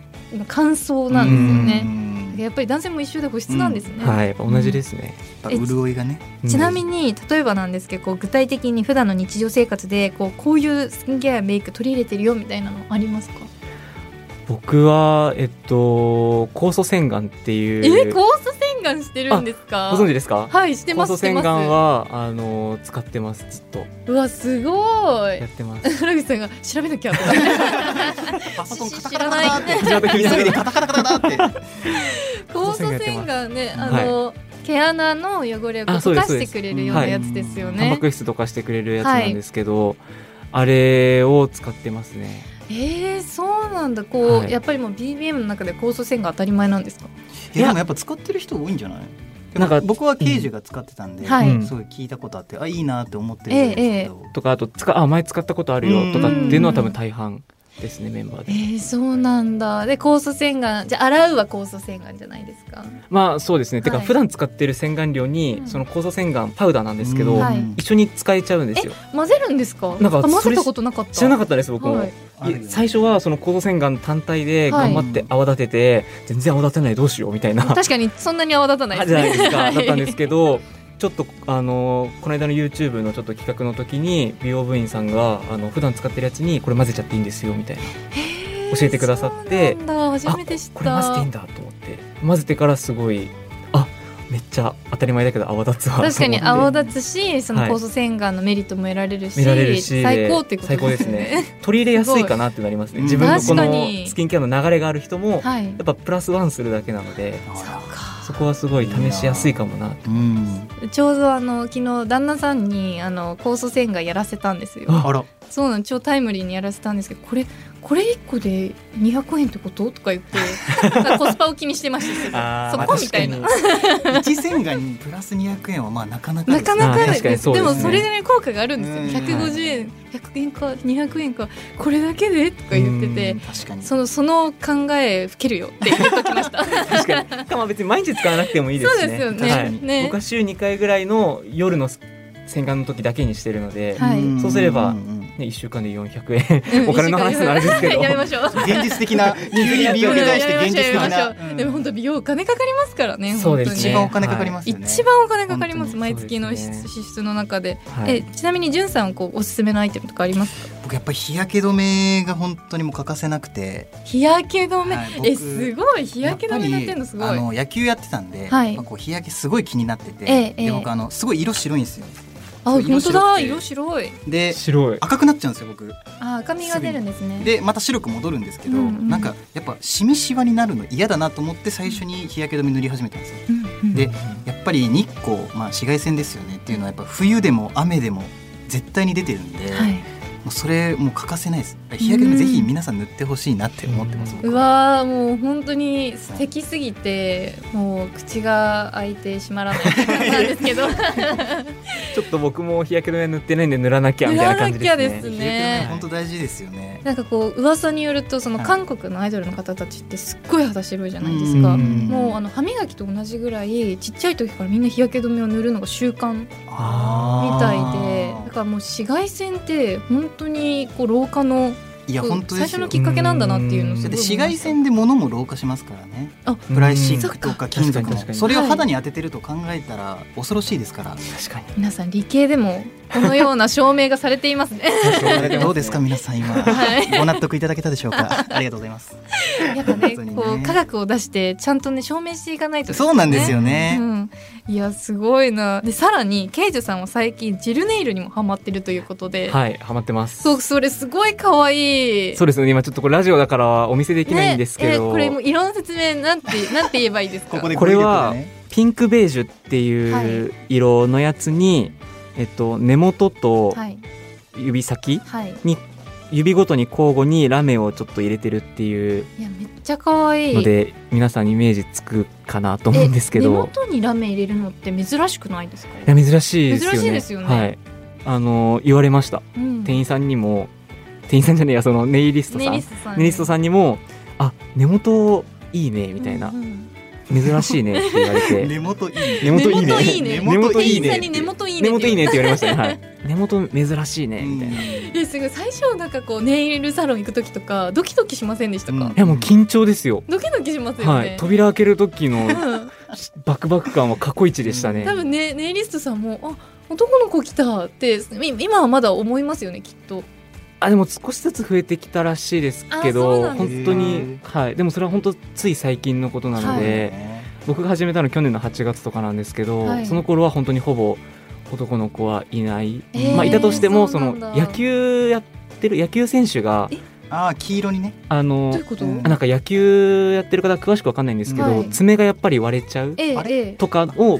[SPEAKER 2] 乾燥なんですよ
[SPEAKER 4] う
[SPEAKER 2] ね
[SPEAKER 4] ん
[SPEAKER 2] やっぱり男性も一緒で保湿なんですね、
[SPEAKER 3] はいやっぱ同じですね
[SPEAKER 4] やっぱ潤いがね
[SPEAKER 2] ちなみ
[SPEAKER 3] に
[SPEAKER 2] に例えばなんですけどこう具体的に普段の日常生活でこうこういうスキンケアやメイク取り入れてるよみたいなのありますか
[SPEAKER 3] 僕はえっと酵素洗顔って
[SPEAKER 2] え
[SPEAKER 3] いう
[SPEAKER 2] 酵
[SPEAKER 3] ご
[SPEAKER 2] 素洗顔してるんですか
[SPEAKER 3] 存知ですか
[SPEAKER 2] はいしてま
[SPEAKER 3] 酵
[SPEAKER 2] す
[SPEAKER 3] 素
[SPEAKER 2] して
[SPEAKER 3] 洗
[SPEAKER 2] ます
[SPEAKER 3] 顔はあの使ってますずっと
[SPEAKER 2] うわすごい
[SPEAKER 3] やってます
[SPEAKER 2] 原口さんが調べなきゃとか
[SPEAKER 4] パソコンカタ
[SPEAKER 2] 知
[SPEAKER 4] カ
[SPEAKER 2] ら
[SPEAKER 4] タカ
[SPEAKER 2] ない
[SPEAKER 4] タって急いでカタカタカ タカタって
[SPEAKER 2] 酵素洗顔ねあの、毛穴の汚れをこう
[SPEAKER 3] あそ
[SPEAKER 2] 溶
[SPEAKER 3] うで
[SPEAKER 2] か
[SPEAKER 3] す
[SPEAKER 2] してくれるようなやつですよね、
[SPEAKER 3] タンパク質とかしてくれるやつなんですけど、あれを使ってますね
[SPEAKER 2] えー、そうなんだこう、
[SPEAKER 3] はい
[SPEAKER 2] やっぱりもう BBM の中で酵素洗顔当たり前なんですか
[SPEAKER 4] いやでもやっぱ使ってる人多いんじゃない
[SPEAKER 3] なんか
[SPEAKER 4] 僕は刑事が使ってたんで、
[SPEAKER 2] うんはい
[SPEAKER 4] すごい聞いたことあってあいいなって思ってるんですけど、
[SPEAKER 3] とかあと使あ前使ったことあるよとかっていうのは多分大半ですねメンバー
[SPEAKER 2] え
[SPEAKER 3] で
[SPEAKER 2] ー、そうなんだで酵素洗顔じゃあ洗うは酵素洗顔じゃないですか
[SPEAKER 3] まあそうですね、てか
[SPEAKER 2] はい
[SPEAKER 3] 普段使ってる洗顔料に、
[SPEAKER 2] うん
[SPEAKER 3] その酵素洗顔パウダーなんですけ
[SPEAKER 4] う
[SPEAKER 3] ど、
[SPEAKER 4] ん
[SPEAKER 2] はい
[SPEAKER 3] 一緒に使えちゃうんですよ
[SPEAKER 2] 混ぜるんですか
[SPEAKER 3] なんか
[SPEAKER 2] あ混
[SPEAKER 3] そ
[SPEAKER 2] ぜ
[SPEAKER 3] れ
[SPEAKER 2] たことなかった
[SPEAKER 3] 知らなかったです僕も、
[SPEAKER 2] はいい
[SPEAKER 6] あるよね
[SPEAKER 3] 最初はその酵素洗顔単体で
[SPEAKER 2] はい
[SPEAKER 3] 頑張って泡立てて、全然泡立てないどうしようみたいな
[SPEAKER 2] 確かにそんなに泡立たないで
[SPEAKER 3] あ
[SPEAKER 2] す
[SPEAKER 3] じゃない
[SPEAKER 2] ね
[SPEAKER 3] ですか、だったんですけどちょっとあのこの間の YouTube のちょっと企画の時に美容部員さんがあの普段使ってるやつにこれ混ぜちゃっていいんですよみたいな教えてくださって
[SPEAKER 2] そうなんだ初めて知った
[SPEAKER 3] これ混ぜていいんだと思って混ぜてからすごいあめっちゃ当たり前だけど泡立つわと思っ
[SPEAKER 2] 確
[SPEAKER 3] て
[SPEAKER 2] かに泡立つしその
[SPEAKER 3] はい
[SPEAKER 2] 酵素洗顔のメリットも得られるし,、
[SPEAKER 3] 見られるし
[SPEAKER 2] 最高ってこと
[SPEAKER 3] 最高ですね取り入れやすいかなってなりますね
[SPEAKER 4] うん
[SPEAKER 3] 自分のこ
[SPEAKER 2] 確か
[SPEAKER 3] の
[SPEAKER 2] に
[SPEAKER 3] スキンケアの流れがある人も や
[SPEAKER 2] はい
[SPEAKER 3] っぱプラスワンするだけなので
[SPEAKER 4] あら
[SPEAKER 3] そこはすごい試しやすいかもな
[SPEAKER 4] うん
[SPEAKER 2] ちょうどあの昨日旦那さんにあの酵素洗顔やらせたんですよ
[SPEAKER 3] あ
[SPEAKER 4] あら
[SPEAKER 2] そうなの超タイムリーにやらせたんですけどこれこれ1個で200円ってこととか言ってなんかコスパを気にしてましたすごい
[SPEAKER 3] あー
[SPEAKER 2] そこみたいな
[SPEAKER 3] まあ確かに
[SPEAKER 4] 一千がにプラス200円はまあなかなか
[SPEAKER 2] なかな
[SPEAKER 3] あー
[SPEAKER 2] か
[SPEAKER 3] 確かにそうで
[SPEAKER 2] ですも
[SPEAKER 3] ね
[SPEAKER 2] それぐらい効果があるんですよ
[SPEAKER 4] うん
[SPEAKER 2] 150円100円か200円かこれだけでとか言ってて
[SPEAKER 4] 確かに
[SPEAKER 2] そのその考え吹けるよって言っときました
[SPEAKER 3] 確かにしかも別に毎日使わなくてもいいです
[SPEAKER 2] そ
[SPEAKER 3] しね
[SPEAKER 2] うですよね
[SPEAKER 3] はい
[SPEAKER 2] ね
[SPEAKER 3] 僕は週2回ぐらいの夜の洗顔の時だけにしてるので、
[SPEAKER 2] はい
[SPEAKER 4] ん
[SPEAKER 3] そうすれば
[SPEAKER 4] んん
[SPEAKER 3] ね、1週間で400円、
[SPEAKER 2] うん
[SPEAKER 3] お金の話のあれですけ ど
[SPEAKER 2] やめましょう
[SPEAKER 4] 現実的な急に美容に対して現実的
[SPEAKER 2] やめ
[SPEAKER 4] な
[SPEAKER 2] ましょう
[SPEAKER 4] うん
[SPEAKER 2] でも本当美容お金かかりますからね
[SPEAKER 3] そうですね
[SPEAKER 4] 一番お金かかりますよね
[SPEAKER 2] 一番お金かかります
[SPEAKER 3] 本当に
[SPEAKER 2] 毎月の支
[SPEAKER 3] そうですね
[SPEAKER 2] 支出の中で、
[SPEAKER 3] はい
[SPEAKER 2] えちなみにじゅんさんはこうおすすめのアイテムとかありますか
[SPEAKER 4] 僕やっぱり日焼け止めが本当にもう欠かせなくて
[SPEAKER 2] 日焼け止め、
[SPEAKER 4] はい僕
[SPEAKER 2] えすごい日焼け止めになってんのすご
[SPEAKER 4] やっぱ
[SPEAKER 2] い
[SPEAKER 4] りあの野球やってたんで、
[SPEAKER 2] はい
[SPEAKER 4] まあこう日焼けすごい気になってて、
[SPEAKER 2] ええええ
[SPEAKER 4] で僕あのすごい色白いんですよ
[SPEAKER 2] あ
[SPEAKER 4] 色
[SPEAKER 2] 本当だ色
[SPEAKER 4] 白くて
[SPEAKER 2] 白い
[SPEAKER 4] で
[SPEAKER 3] 白い
[SPEAKER 4] 赤くなっちゃうんですよ僕
[SPEAKER 2] あ赤みが出るんですね
[SPEAKER 4] でまた白く戻るんですけど、
[SPEAKER 2] うんうん
[SPEAKER 4] なんかやっぱシミシワになるの嫌だなと思って最初に日焼け止め塗り始めたんですよ
[SPEAKER 2] うんうん
[SPEAKER 4] でやっぱり日光、まあ、紫外線ですよねっていうのはやっぱ冬でも雨でも絶対に出てるんで、
[SPEAKER 2] はい
[SPEAKER 4] もうそれもう欠かせないです日焼け止めぜひ皆さん塗ってほしいなって思ってます、
[SPEAKER 2] うわーもう本当に素敵すぎてもう口が開いてしまらない 感じなんですけど
[SPEAKER 3] ちょっと僕も日焼け止め塗ってないんで塗らなきゃみ
[SPEAKER 2] 塗
[SPEAKER 3] たいな
[SPEAKER 2] ら
[SPEAKER 3] 感
[SPEAKER 2] な
[SPEAKER 3] じ
[SPEAKER 2] きゃ
[SPEAKER 3] で
[SPEAKER 2] ですす
[SPEAKER 3] ね。
[SPEAKER 4] ね
[SPEAKER 2] ね
[SPEAKER 4] 本当大事ですよね
[SPEAKER 2] なんかこう噂によるとその
[SPEAKER 4] はい
[SPEAKER 2] 韓国のアイドルの方たちってすっごい肌白いじゃないですか
[SPEAKER 3] うん
[SPEAKER 2] もうあの歯磨きと同じぐらいちっちゃい時からみんな日焼け止めを塗るのが習慣みたいでだからもう紫外線って本当にこう老化の
[SPEAKER 4] いや本当
[SPEAKER 2] 最
[SPEAKER 4] です
[SPEAKER 2] 初
[SPEAKER 4] よ
[SPEAKER 2] のきっかけなんだなっていうのをす
[SPEAKER 4] だ
[SPEAKER 2] ごい
[SPEAKER 4] って
[SPEAKER 2] 思い
[SPEAKER 4] 紫
[SPEAKER 2] ま
[SPEAKER 4] 外
[SPEAKER 2] した
[SPEAKER 4] 線で物も老化しますからね
[SPEAKER 3] うん
[SPEAKER 4] プライシックとか金
[SPEAKER 3] 確
[SPEAKER 4] 属
[SPEAKER 3] かに確か
[SPEAKER 4] も
[SPEAKER 3] に
[SPEAKER 4] それを肌に当ててると考えたら恐ろしいですから
[SPEAKER 3] 確かに。
[SPEAKER 2] 皆さん理系でもこのような証明がされています ね
[SPEAKER 4] どうですか皆さん今
[SPEAKER 2] はい
[SPEAKER 4] ご納得いただけたでしょ うかありがとうございます
[SPEAKER 2] やっぱね
[SPEAKER 4] 本当にね
[SPEAKER 2] こう科学を出してちゃんとね証明していかないと、
[SPEAKER 4] そうなんですよ
[SPEAKER 2] う
[SPEAKER 4] ね
[SPEAKER 2] ん、いやすごいなでさらにケイジュさんは最近ジェルネイルにもハマってるということで、
[SPEAKER 3] はい、ハマってます。
[SPEAKER 2] そうそれすごい可愛い
[SPEAKER 3] そうですね。今ちょっとこれラジオだからお見せできないんですけ
[SPEAKER 2] ね
[SPEAKER 3] ど、
[SPEAKER 2] えこれもいろんな説明なんてなんて言えばいいですか
[SPEAKER 4] ここで
[SPEAKER 3] これは
[SPEAKER 4] 語彙力でね
[SPEAKER 3] ピンクベージュっていう色のやつに、えっと根元と
[SPEAKER 2] はい
[SPEAKER 3] 指先、
[SPEAKER 2] はい
[SPEAKER 3] 指ごとに交互にラメをちょっと入れてるっていう
[SPEAKER 2] いやめっちゃ可愛い
[SPEAKER 3] ので、皆さんイメージつくかなと思うんですけ
[SPEAKER 2] え根
[SPEAKER 3] ど、
[SPEAKER 2] 元にラメ入れるのって珍しくないですか
[SPEAKER 3] いや珍しいですよね。
[SPEAKER 2] 珍しいですよね
[SPEAKER 3] はい。あの言われました。
[SPEAKER 2] うん
[SPEAKER 3] 店員さんにも店員さんじゃねえやそのネイリストさん
[SPEAKER 2] ネイリストさん
[SPEAKER 3] ネイリストさんにも「あ根元いいね」みたいな
[SPEAKER 2] うんうん
[SPEAKER 3] 「珍しいね」って言われ て
[SPEAKER 4] 根元いいね
[SPEAKER 3] 根元いいね
[SPEAKER 2] 根
[SPEAKER 3] 元いい
[SPEAKER 2] 店
[SPEAKER 3] ね
[SPEAKER 4] 元いい
[SPEAKER 2] 員さん
[SPEAKER 4] ね
[SPEAKER 2] に根元いい
[SPEAKER 3] 「
[SPEAKER 2] ね
[SPEAKER 3] 根元いいね」
[SPEAKER 2] っ
[SPEAKER 3] って言われましたね、 はい、根元珍しいねみたいな、い
[SPEAKER 2] てえすごい最初なんかこうネイルサロン行く時とかドキドキしませんでしたか、
[SPEAKER 4] うん
[SPEAKER 3] やもう緊張ですよ、
[SPEAKER 2] ドキドキしますよね、
[SPEAKER 3] はい、扉開ける時の
[SPEAKER 2] うん
[SPEAKER 3] バクバク感は過去一でしたね
[SPEAKER 2] 多分ねネイリストさんもあ男の子来たってい今はまだ思いますよねきっと
[SPEAKER 3] あでも少しずつ増えてきたらしいですけど
[SPEAKER 2] あそうなん
[SPEAKER 4] で
[SPEAKER 3] 本
[SPEAKER 4] す
[SPEAKER 3] 当
[SPEAKER 4] か
[SPEAKER 3] に、はい、でもそれは本当つい最近のことなの
[SPEAKER 2] はい
[SPEAKER 3] で、僕が始めたの去年の8月とかなんですけど、
[SPEAKER 2] はい
[SPEAKER 3] その頃は本当にほぼ男の子はいない、
[SPEAKER 2] えー
[SPEAKER 3] まあ、いたとしても
[SPEAKER 2] そ
[SPEAKER 3] そう
[SPEAKER 2] な
[SPEAKER 3] の
[SPEAKER 2] んだ
[SPEAKER 3] 野球やってる野球選手が
[SPEAKER 2] え
[SPEAKER 4] ああ黄色にね
[SPEAKER 3] あ
[SPEAKER 2] どう
[SPEAKER 3] の
[SPEAKER 2] いうこと、
[SPEAKER 4] うん
[SPEAKER 3] なんか野球やってる方は詳しくわかんないんですけど、
[SPEAKER 2] はい
[SPEAKER 3] 爪がやっぱり割れちゃう
[SPEAKER 2] ええ
[SPEAKER 4] あれ
[SPEAKER 2] ええ
[SPEAKER 3] とかを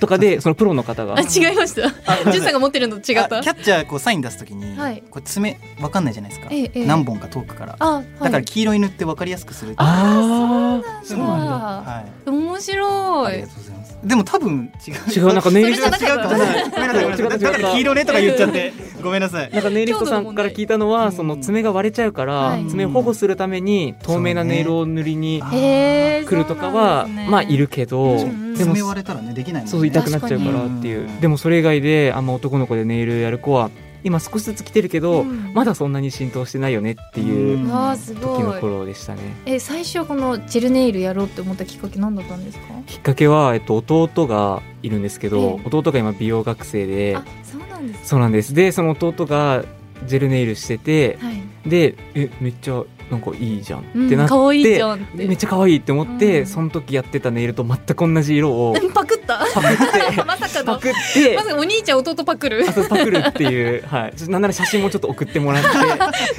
[SPEAKER 3] とか でそのプロの方が
[SPEAKER 2] あ違いました
[SPEAKER 4] あごめんなさい
[SPEAKER 2] ジュンさんが持ってるのと違っ
[SPEAKER 4] あ
[SPEAKER 2] た
[SPEAKER 4] キャッチャーこうサイン出すときに、
[SPEAKER 2] はい
[SPEAKER 4] これ爪わかんないじゃないですか、
[SPEAKER 2] ええええ
[SPEAKER 4] 何本か遠くから、
[SPEAKER 2] あ、はい、
[SPEAKER 4] だから黄色に塗ってわかりやすくするっていう
[SPEAKER 3] ああ
[SPEAKER 4] そうなんだ
[SPEAKER 2] だ
[SPEAKER 4] はい
[SPEAKER 2] 面白
[SPEAKER 4] あり
[SPEAKER 2] い
[SPEAKER 4] がとうございますでも多分違う
[SPEAKER 3] 違うなんかネイリ
[SPEAKER 4] 違
[SPEAKER 3] ス
[SPEAKER 4] う
[SPEAKER 3] ト
[SPEAKER 4] か
[SPEAKER 2] それじゃなか
[SPEAKER 4] も
[SPEAKER 2] っ
[SPEAKER 4] な
[SPEAKER 2] た
[SPEAKER 4] いごめんなさいごめんなさいだから黄色ねとか言っちゃってごめんなさい
[SPEAKER 3] なんかネイリストさんから聞いたの
[SPEAKER 4] う
[SPEAKER 3] は
[SPEAKER 4] ん
[SPEAKER 3] その爪が割れちゃうから、
[SPEAKER 2] はい
[SPEAKER 3] 爪を保護するために透明なネイルを塗りに
[SPEAKER 4] あ
[SPEAKER 2] へえ
[SPEAKER 3] 来るとかは、
[SPEAKER 2] そうなんですね
[SPEAKER 3] まあいるけど、
[SPEAKER 2] うんうん
[SPEAKER 3] でも
[SPEAKER 4] 爪割れたらねできないもんね
[SPEAKER 3] そう痛くなっちゃうからっていうでもそれ以外であんま男の子でネイルやる子は今少しずつ来てるけど、
[SPEAKER 2] うん
[SPEAKER 3] まだそんなに浸透してないよねっていううん
[SPEAKER 2] わあすご
[SPEAKER 3] 時の
[SPEAKER 2] い。
[SPEAKER 3] 頃でしたね。
[SPEAKER 2] え最初このジェルネイルやろうって思ったきっかけ何だったんですか？
[SPEAKER 3] きっかけは、えっと、弟がいるんですけど、
[SPEAKER 2] え
[SPEAKER 3] 弟が今美容学生で
[SPEAKER 2] あそうなんです。
[SPEAKER 3] そうなんですでその弟がジェルネイルしてて
[SPEAKER 2] はい。
[SPEAKER 3] でえめっちゃなんかいいじゃんって
[SPEAKER 2] うん
[SPEAKER 3] なって、
[SPEAKER 2] 可愛いじゃんっ。
[SPEAKER 3] めってちゃ可愛いって思って、
[SPEAKER 2] うん
[SPEAKER 3] その時やってたネイルと全く同じ色を
[SPEAKER 2] パクった。
[SPEAKER 3] パクって
[SPEAKER 2] まさか
[SPEAKER 3] パ
[SPEAKER 2] の。
[SPEAKER 3] クって
[SPEAKER 2] まさかお兄ちゃん弟パクる
[SPEAKER 3] あ。そうパクるっていう、はい、ちょっとなんなら写真もちょっと送ってもらって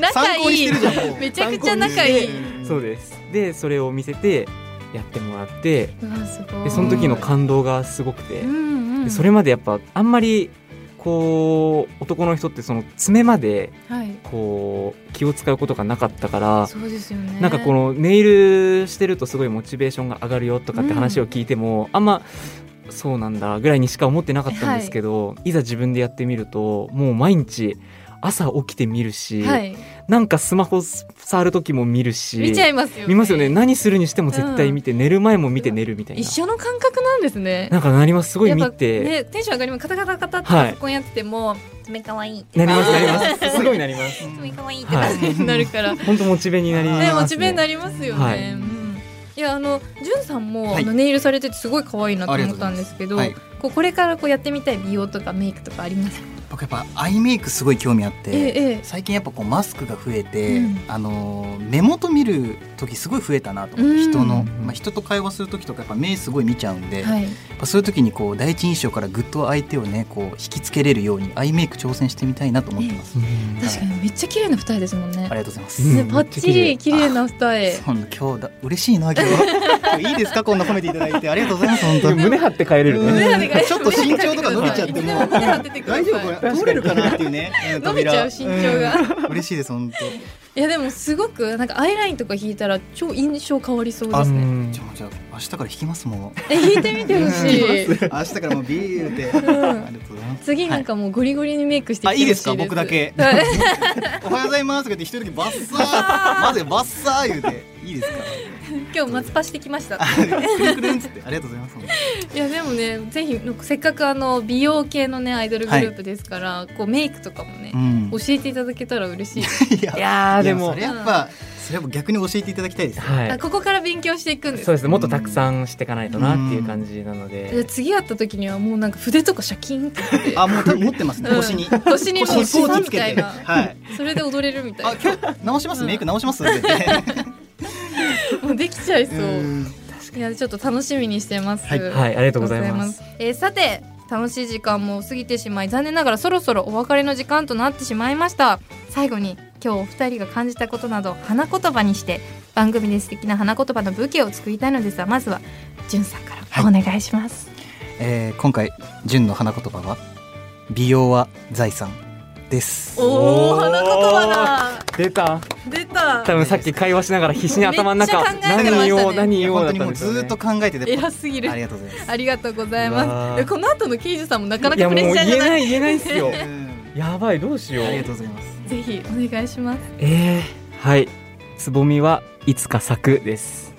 [SPEAKER 2] 仲
[SPEAKER 4] 参考に
[SPEAKER 2] い
[SPEAKER 4] し
[SPEAKER 2] い
[SPEAKER 4] てる。じゃんもう
[SPEAKER 2] めちゃくちゃ仲いい。
[SPEAKER 3] そうですでそれを見せてやってもらって
[SPEAKER 2] うわすごい。
[SPEAKER 3] でその時の感動がすごくて
[SPEAKER 2] う、んうん。
[SPEAKER 3] でそれまでやっぱあんまりこう男の人ってその爪まで
[SPEAKER 2] はい。
[SPEAKER 3] こう気を使うことがなかったから
[SPEAKER 2] そうですよね。
[SPEAKER 3] なんかこのネイルしてるとすごいモチベーションが上がるよとかって話を聞いても、あんまそうなんだぐらいにしか思ってなかったんですけど、い、ざ自分でやってみるともう毎日朝起きて見るし、
[SPEAKER 2] はい。
[SPEAKER 3] なんかスマホ触る時も見るし
[SPEAKER 2] 見ちゃいますよ。
[SPEAKER 3] 見ますよね。何するにしても絶対見て、寝る前も見て寝るみたいな
[SPEAKER 2] 一緒の感覚なんですね。
[SPEAKER 3] なんかなりますすごい見て、
[SPEAKER 2] やっぱね、テンション上がりますカタカタカタって
[SPEAKER 3] はい
[SPEAKER 2] パソコンやってても、爪かわいいって
[SPEAKER 3] なりますなり ますすごいなります
[SPEAKER 2] 爪かわいいって
[SPEAKER 3] は
[SPEAKER 2] 感
[SPEAKER 3] い
[SPEAKER 2] じになる から、
[SPEAKER 3] 本当モチベになります、ね、
[SPEAKER 2] ね、モチベになりますよね、
[SPEAKER 3] はい
[SPEAKER 2] うんいやあのじゅんさんも、
[SPEAKER 4] はい
[SPEAKER 2] あのネイルされててすごい可愛いなと思ったんですけど
[SPEAKER 4] はい
[SPEAKER 2] こうこれからこうやってみたい美容とかメイクとかありますか、
[SPEAKER 4] 僕やっぱアイメイクすごい興味あっ
[SPEAKER 2] ええ
[SPEAKER 4] て
[SPEAKER 2] ええ
[SPEAKER 4] 最近やっぱこうマスクが増えて、
[SPEAKER 2] うん
[SPEAKER 4] あのー目元見る時すごい増えたなと思って、
[SPEAKER 2] うん
[SPEAKER 4] 人の、まあ、人と会話する時とかやっぱ目すごい見ちゃうんで、
[SPEAKER 2] はい、
[SPEAKER 4] やっぱそういう時にこう第一印象からぐっと相手をねこう引きつけれるようにアイメイク挑戦してみたいなと思ってます、
[SPEAKER 3] うん
[SPEAKER 2] 確かにめっちゃ綺麗な二重ですもんね
[SPEAKER 4] ありがとうございます、
[SPEAKER 3] うん
[SPEAKER 2] ねパッチリ綺麗な二重
[SPEAKER 4] そんな今日だ嬉しいな今日 今日いいですかこんな褒めていただいてありがとうございます本当に
[SPEAKER 3] 胸張って帰れるね
[SPEAKER 2] 胸張って帰れる
[SPEAKER 4] ちょっ と身長とか伸びちゃっても
[SPEAKER 2] 胸張っててください
[SPEAKER 4] 大丈夫これ通れるかなっていうねうん
[SPEAKER 2] 伸びちゃう
[SPEAKER 4] 扉
[SPEAKER 2] 身長
[SPEAKER 4] うん 嬉しいです本当
[SPEAKER 2] いやでもすごくなんかアイラインとか引いたら超印象変わりそうです
[SPEAKER 3] う
[SPEAKER 2] ね
[SPEAKER 3] ん
[SPEAKER 4] じゃあもうじゃあ明日から引きますもう
[SPEAKER 2] え引いてみてほ しい
[SPEAKER 4] 明日からもうビールで、
[SPEAKER 2] ん
[SPEAKER 4] ありがとうございます
[SPEAKER 2] 次なんかもうゴリゴリにメイクしてきて
[SPEAKER 4] あ
[SPEAKER 2] ほし
[SPEAKER 4] い
[SPEAKER 2] い
[SPEAKER 4] い
[SPEAKER 2] で
[SPEAKER 4] です
[SPEAKER 2] す。
[SPEAKER 4] か僕だけ
[SPEAKER 2] はい。
[SPEAKER 4] おはようございますとか言って一人だけバッサーまずバッサー言うていいですか
[SPEAKER 2] 今日松パしてきました。
[SPEAKER 4] くるくるんつってありがとうございます
[SPEAKER 2] いやでもね、ぜひせっかくあの美容系のねアイドルグループですから、こうメイクとかもね、
[SPEAKER 4] ん
[SPEAKER 2] 教えていただけたら嬉しいです。
[SPEAKER 4] いや
[SPEAKER 3] いやーでも
[SPEAKER 4] それやっぱそれやっぱ逆に教えていただきたいですよ
[SPEAKER 3] は
[SPEAKER 2] あ
[SPEAKER 3] い
[SPEAKER 2] ここから勉強していくんです。
[SPEAKER 3] そう
[SPEAKER 2] じ
[SPEAKER 3] ですねもっとたくさんしていかないとなっていう感じなの
[SPEAKER 2] ゃあ
[SPEAKER 3] で、
[SPEAKER 2] 次会った時にはもうなんか筆とかシャキンって言
[SPEAKER 4] あ
[SPEAKER 2] っ
[SPEAKER 4] もう多分持ってますね
[SPEAKER 2] うん
[SPEAKER 4] 腰に
[SPEAKER 2] て腰にもう
[SPEAKER 4] 腰に
[SPEAKER 2] 刺
[SPEAKER 4] ポーチ
[SPEAKER 2] み
[SPEAKER 4] つけ
[SPEAKER 2] たい
[SPEAKER 4] て
[SPEAKER 2] な。
[SPEAKER 4] はい
[SPEAKER 2] それで踊れるみた
[SPEAKER 4] あ
[SPEAKER 2] い
[SPEAKER 4] 今日直します
[SPEAKER 2] うん
[SPEAKER 4] メイク直しますって言って
[SPEAKER 2] な。もうできちゃいそう。
[SPEAKER 4] うん
[SPEAKER 2] いやちょっと楽しみにしてます。
[SPEAKER 4] はい
[SPEAKER 3] はいありがとうござい
[SPEAKER 2] ありがとうございま
[SPEAKER 3] ま
[SPEAKER 2] すす。えーさて楽しい時間も過ぎてしまい残念ながらそろそろお別れの時間となってしまいました最後に今日お二人が感じたことなどを花言葉にして番組で素敵な花言葉の武器を作りたいのですがまずはじゅんさんからお願いします、
[SPEAKER 4] えー今回純の花言葉は美容は財産です
[SPEAKER 3] おー花言葉出た
[SPEAKER 2] だ出た
[SPEAKER 3] 多分さっき会話しながら必死に頭の中
[SPEAKER 2] めっちゃ考えてましたね
[SPEAKER 3] 何言おう何
[SPEAKER 4] いや
[SPEAKER 3] 言おうだ
[SPEAKER 4] 本
[SPEAKER 3] っ
[SPEAKER 4] 当に
[SPEAKER 3] たん
[SPEAKER 4] もう
[SPEAKER 3] です
[SPEAKER 4] ず
[SPEAKER 3] よ、ね、
[SPEAKER 4] ーっと考えてて
[SPEAKER 2] 偉すぎる
[SPEAKER 4] ありがとうございます
[SPEAKER 2] ありがとうございうま
[SPEAKER 3] わ
[SPEAKER 2] す
[SPEAKER 3] ー
[SPEAKER 2] えこの後の刑事さんもなかない
[SPEAKER 3] や
[SPEAKER 2] かプ
[SPEAKER 3] もう
[SPEAKER 2] レッ
[SPEAKER 3] 言
[SPEAKER 2] シャーじゃな
[SPEAKER 3] え
[SPEAKER 2] い
[SPEAKER 3] ない言えないっすよ
[SPEAKER 4] うん
[SPEAKER 3] やばいどうしよう
[SPEAKER 4] ありがとうございます
[SPEAKER 2] ぜひお願いします
[SPEAKER 3] えー、はいつぼみはいつか咲くです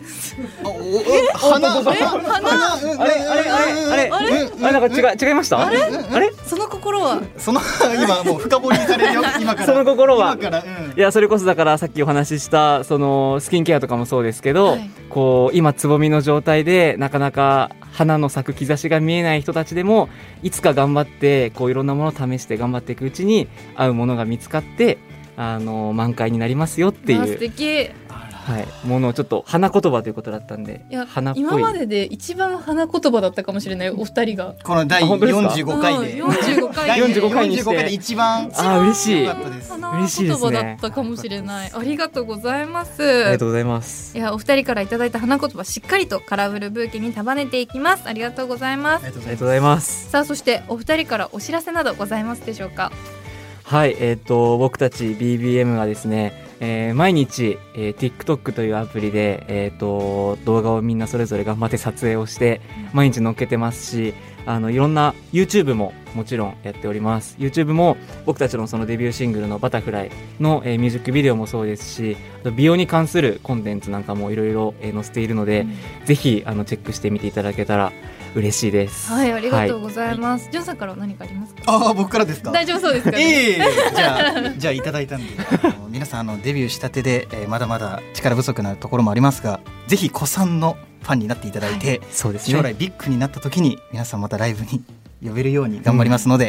[SPEAKER 4] あおお花花花
[SPEAKER 3] あれあれあれあれあれなんか違う違いましたあれあれ
[SPEAKER 2] その心は
[SPEAKER 4] その今もう深掘りさ れるよ今から
[SPEAKER 3] その心は
[SPEAKER 4] 今からうん
[SPEAKER 3] いやそれこそだからさっきお話ししたそのスキンケアとかもそうですけど、
[SPEAKER 2] はい
[SPEAKER 3] こう今つぼみの状態でなかなか花の咲く兆しが見えない人たちでもいつか頑張ってこういろんなものを試して頑張っていくうちに合うものが見つかってあの満開になりますよってい
[SPEAKER 2] わあ素
[SPEAKER 3] う、
[SPEAKER 2] 敵い
[SPEAKER 3] はい、ものをちょっと花言葉ということだったんで
[SPEAKER 2] や
[SPEAKER 3] 花っぽい
[SPEAKER 2] 今までで一番花言葉だったかもしれないお二人が
[SPEAKER 4] この第
[SPEAKER 3] あ本当ですか
[SPEAKER 4] 45回で
[SPEAKER 2] うん45回
[SPEAKER 4] 第
[SPEAKER 2] で
[SPEAKER 3] 45回にして
[SPEAKER 4] 45回で一番
[SPEAKER 3] ああ嬉しい
[SPEAKER 4] 良か
[SPEAKER 3] あ
[SPEAKER 4] ったです
[SPEAKER 2] 嬉しいですね言葉だったかもしれない。ありがとうございます。あ
[SPEAKER 3] りがとうございます
[SPEAKER 2] いやお二人からいただいた花言葉しっかりとカラフルブーケに束ねていきます。ありがとうございま
[SPEAKER 4] あ
[SPEAKER 2] す。
[SPEAKER 4] りがとう
[SPEAKER 3] ありがとうございます
[SPEAKER 2] さあそしてお二人からお知らせなどございますでしょうか。
[SPEAKER 3] はい、えっ、と、僕たち BBM がですね、えー毎日、えー TikTok というアプリで、えっ、と、動画をみんなそれぞれ頑張って撮影をして、毎日載っけてますし、あの、いろんな YouTube ももちろんやっております YouTube も僕たちのそのデビューシングルの「バタフライの、えーミュージックビデオもそうですしあと美容に関するコンテンツなんかもいろいろえー載せているので、ぜひあのチェックしてみていただけたら嬉しいです
[SPEAKER 2] はい、ありがとう
[SPEAKER 3] は
[SPEAKER 2] ございます。ジョンさんからは何かありますか。
[SPEAKER 4] ああ僕からですか
[SPEAKER 2] 大丈夫そうですか、ね。
[SPEAKER 4] ええじゃあじゃあいただいたんであの皆さんあのデビューしたてで、えーまだまだ力不足なところもありますがぜひ子さんのファンになっていただいて、
[SPEAKER 3] そうですね
[SPEAKER 4] 将来ビッグになった時に皆さんまたライブに呼べるように頑張りますので、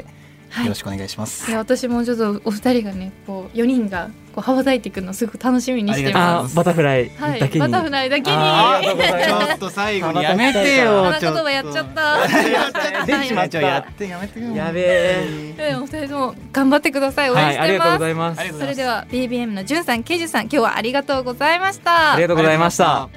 [SPEAKER 2] はい
[SPEAKER 4] よろ。しくお願いします。
[SPEAKER 2] いや、私もちょっとお二人がね、こう四人がこう羽ばたいていくのすごく楽しみにして
[SPEAKER 4] ありがとうござい
[SPEAKER 2] ま
[SPEAKER 3] あ
[SPEAKER 4] ます
[SPEAKER 3] ーバタフライ
[SPEAKER 2] す。はい、
[SPEAKER 3] だけに、
[SPEAKER 2] バタフライだけに。
[SPEAKER 3] ありがとうございます
[SPEAKER 4] ちょっと最後
[SPEAKER 3] 後
[SPEAKER 4] に
[SPEAKER 3] に
[SPEAKER 4] や
[SPEAKER 3] や
[SPEAKER 4] め
[SPEAKER 3] め
[SPEAKER 4] て
[SPEAKER 3] て
[SPEAKER 4] よ
[SPEAKER 3] よ。
[SPEAKER 2] 花言葉やっちゃった。
[SPEAKER 4] やっちゃっ
[SPEAKER 2] はい
[SPEAKER 4] た。ちょやってやめてよ。
[SPEAKER 3] やべ
[SPEAKER 2] でお二人とも頑張ってください。応
[SPEAKER 3] は
[SPEAKER 2] 援
[SPEAKER 3] い
[SPEAKER 2] し
[SPEAKER 3] あり
[SPEAKER 2] て
[SPEAKER 3] がと
[SPEAKER 2] ま
[SPEAKER 3] うご
[SPEAKER 2] す。
[SPEAKER 3] ざいます
[SPEAKER 4] ありがとうございます
[SPEAKER 2] それでは BBM のじゅんさん、けいじゅさん、今日はありがとうございました。
[SPEAKER 3] ありがとうございました。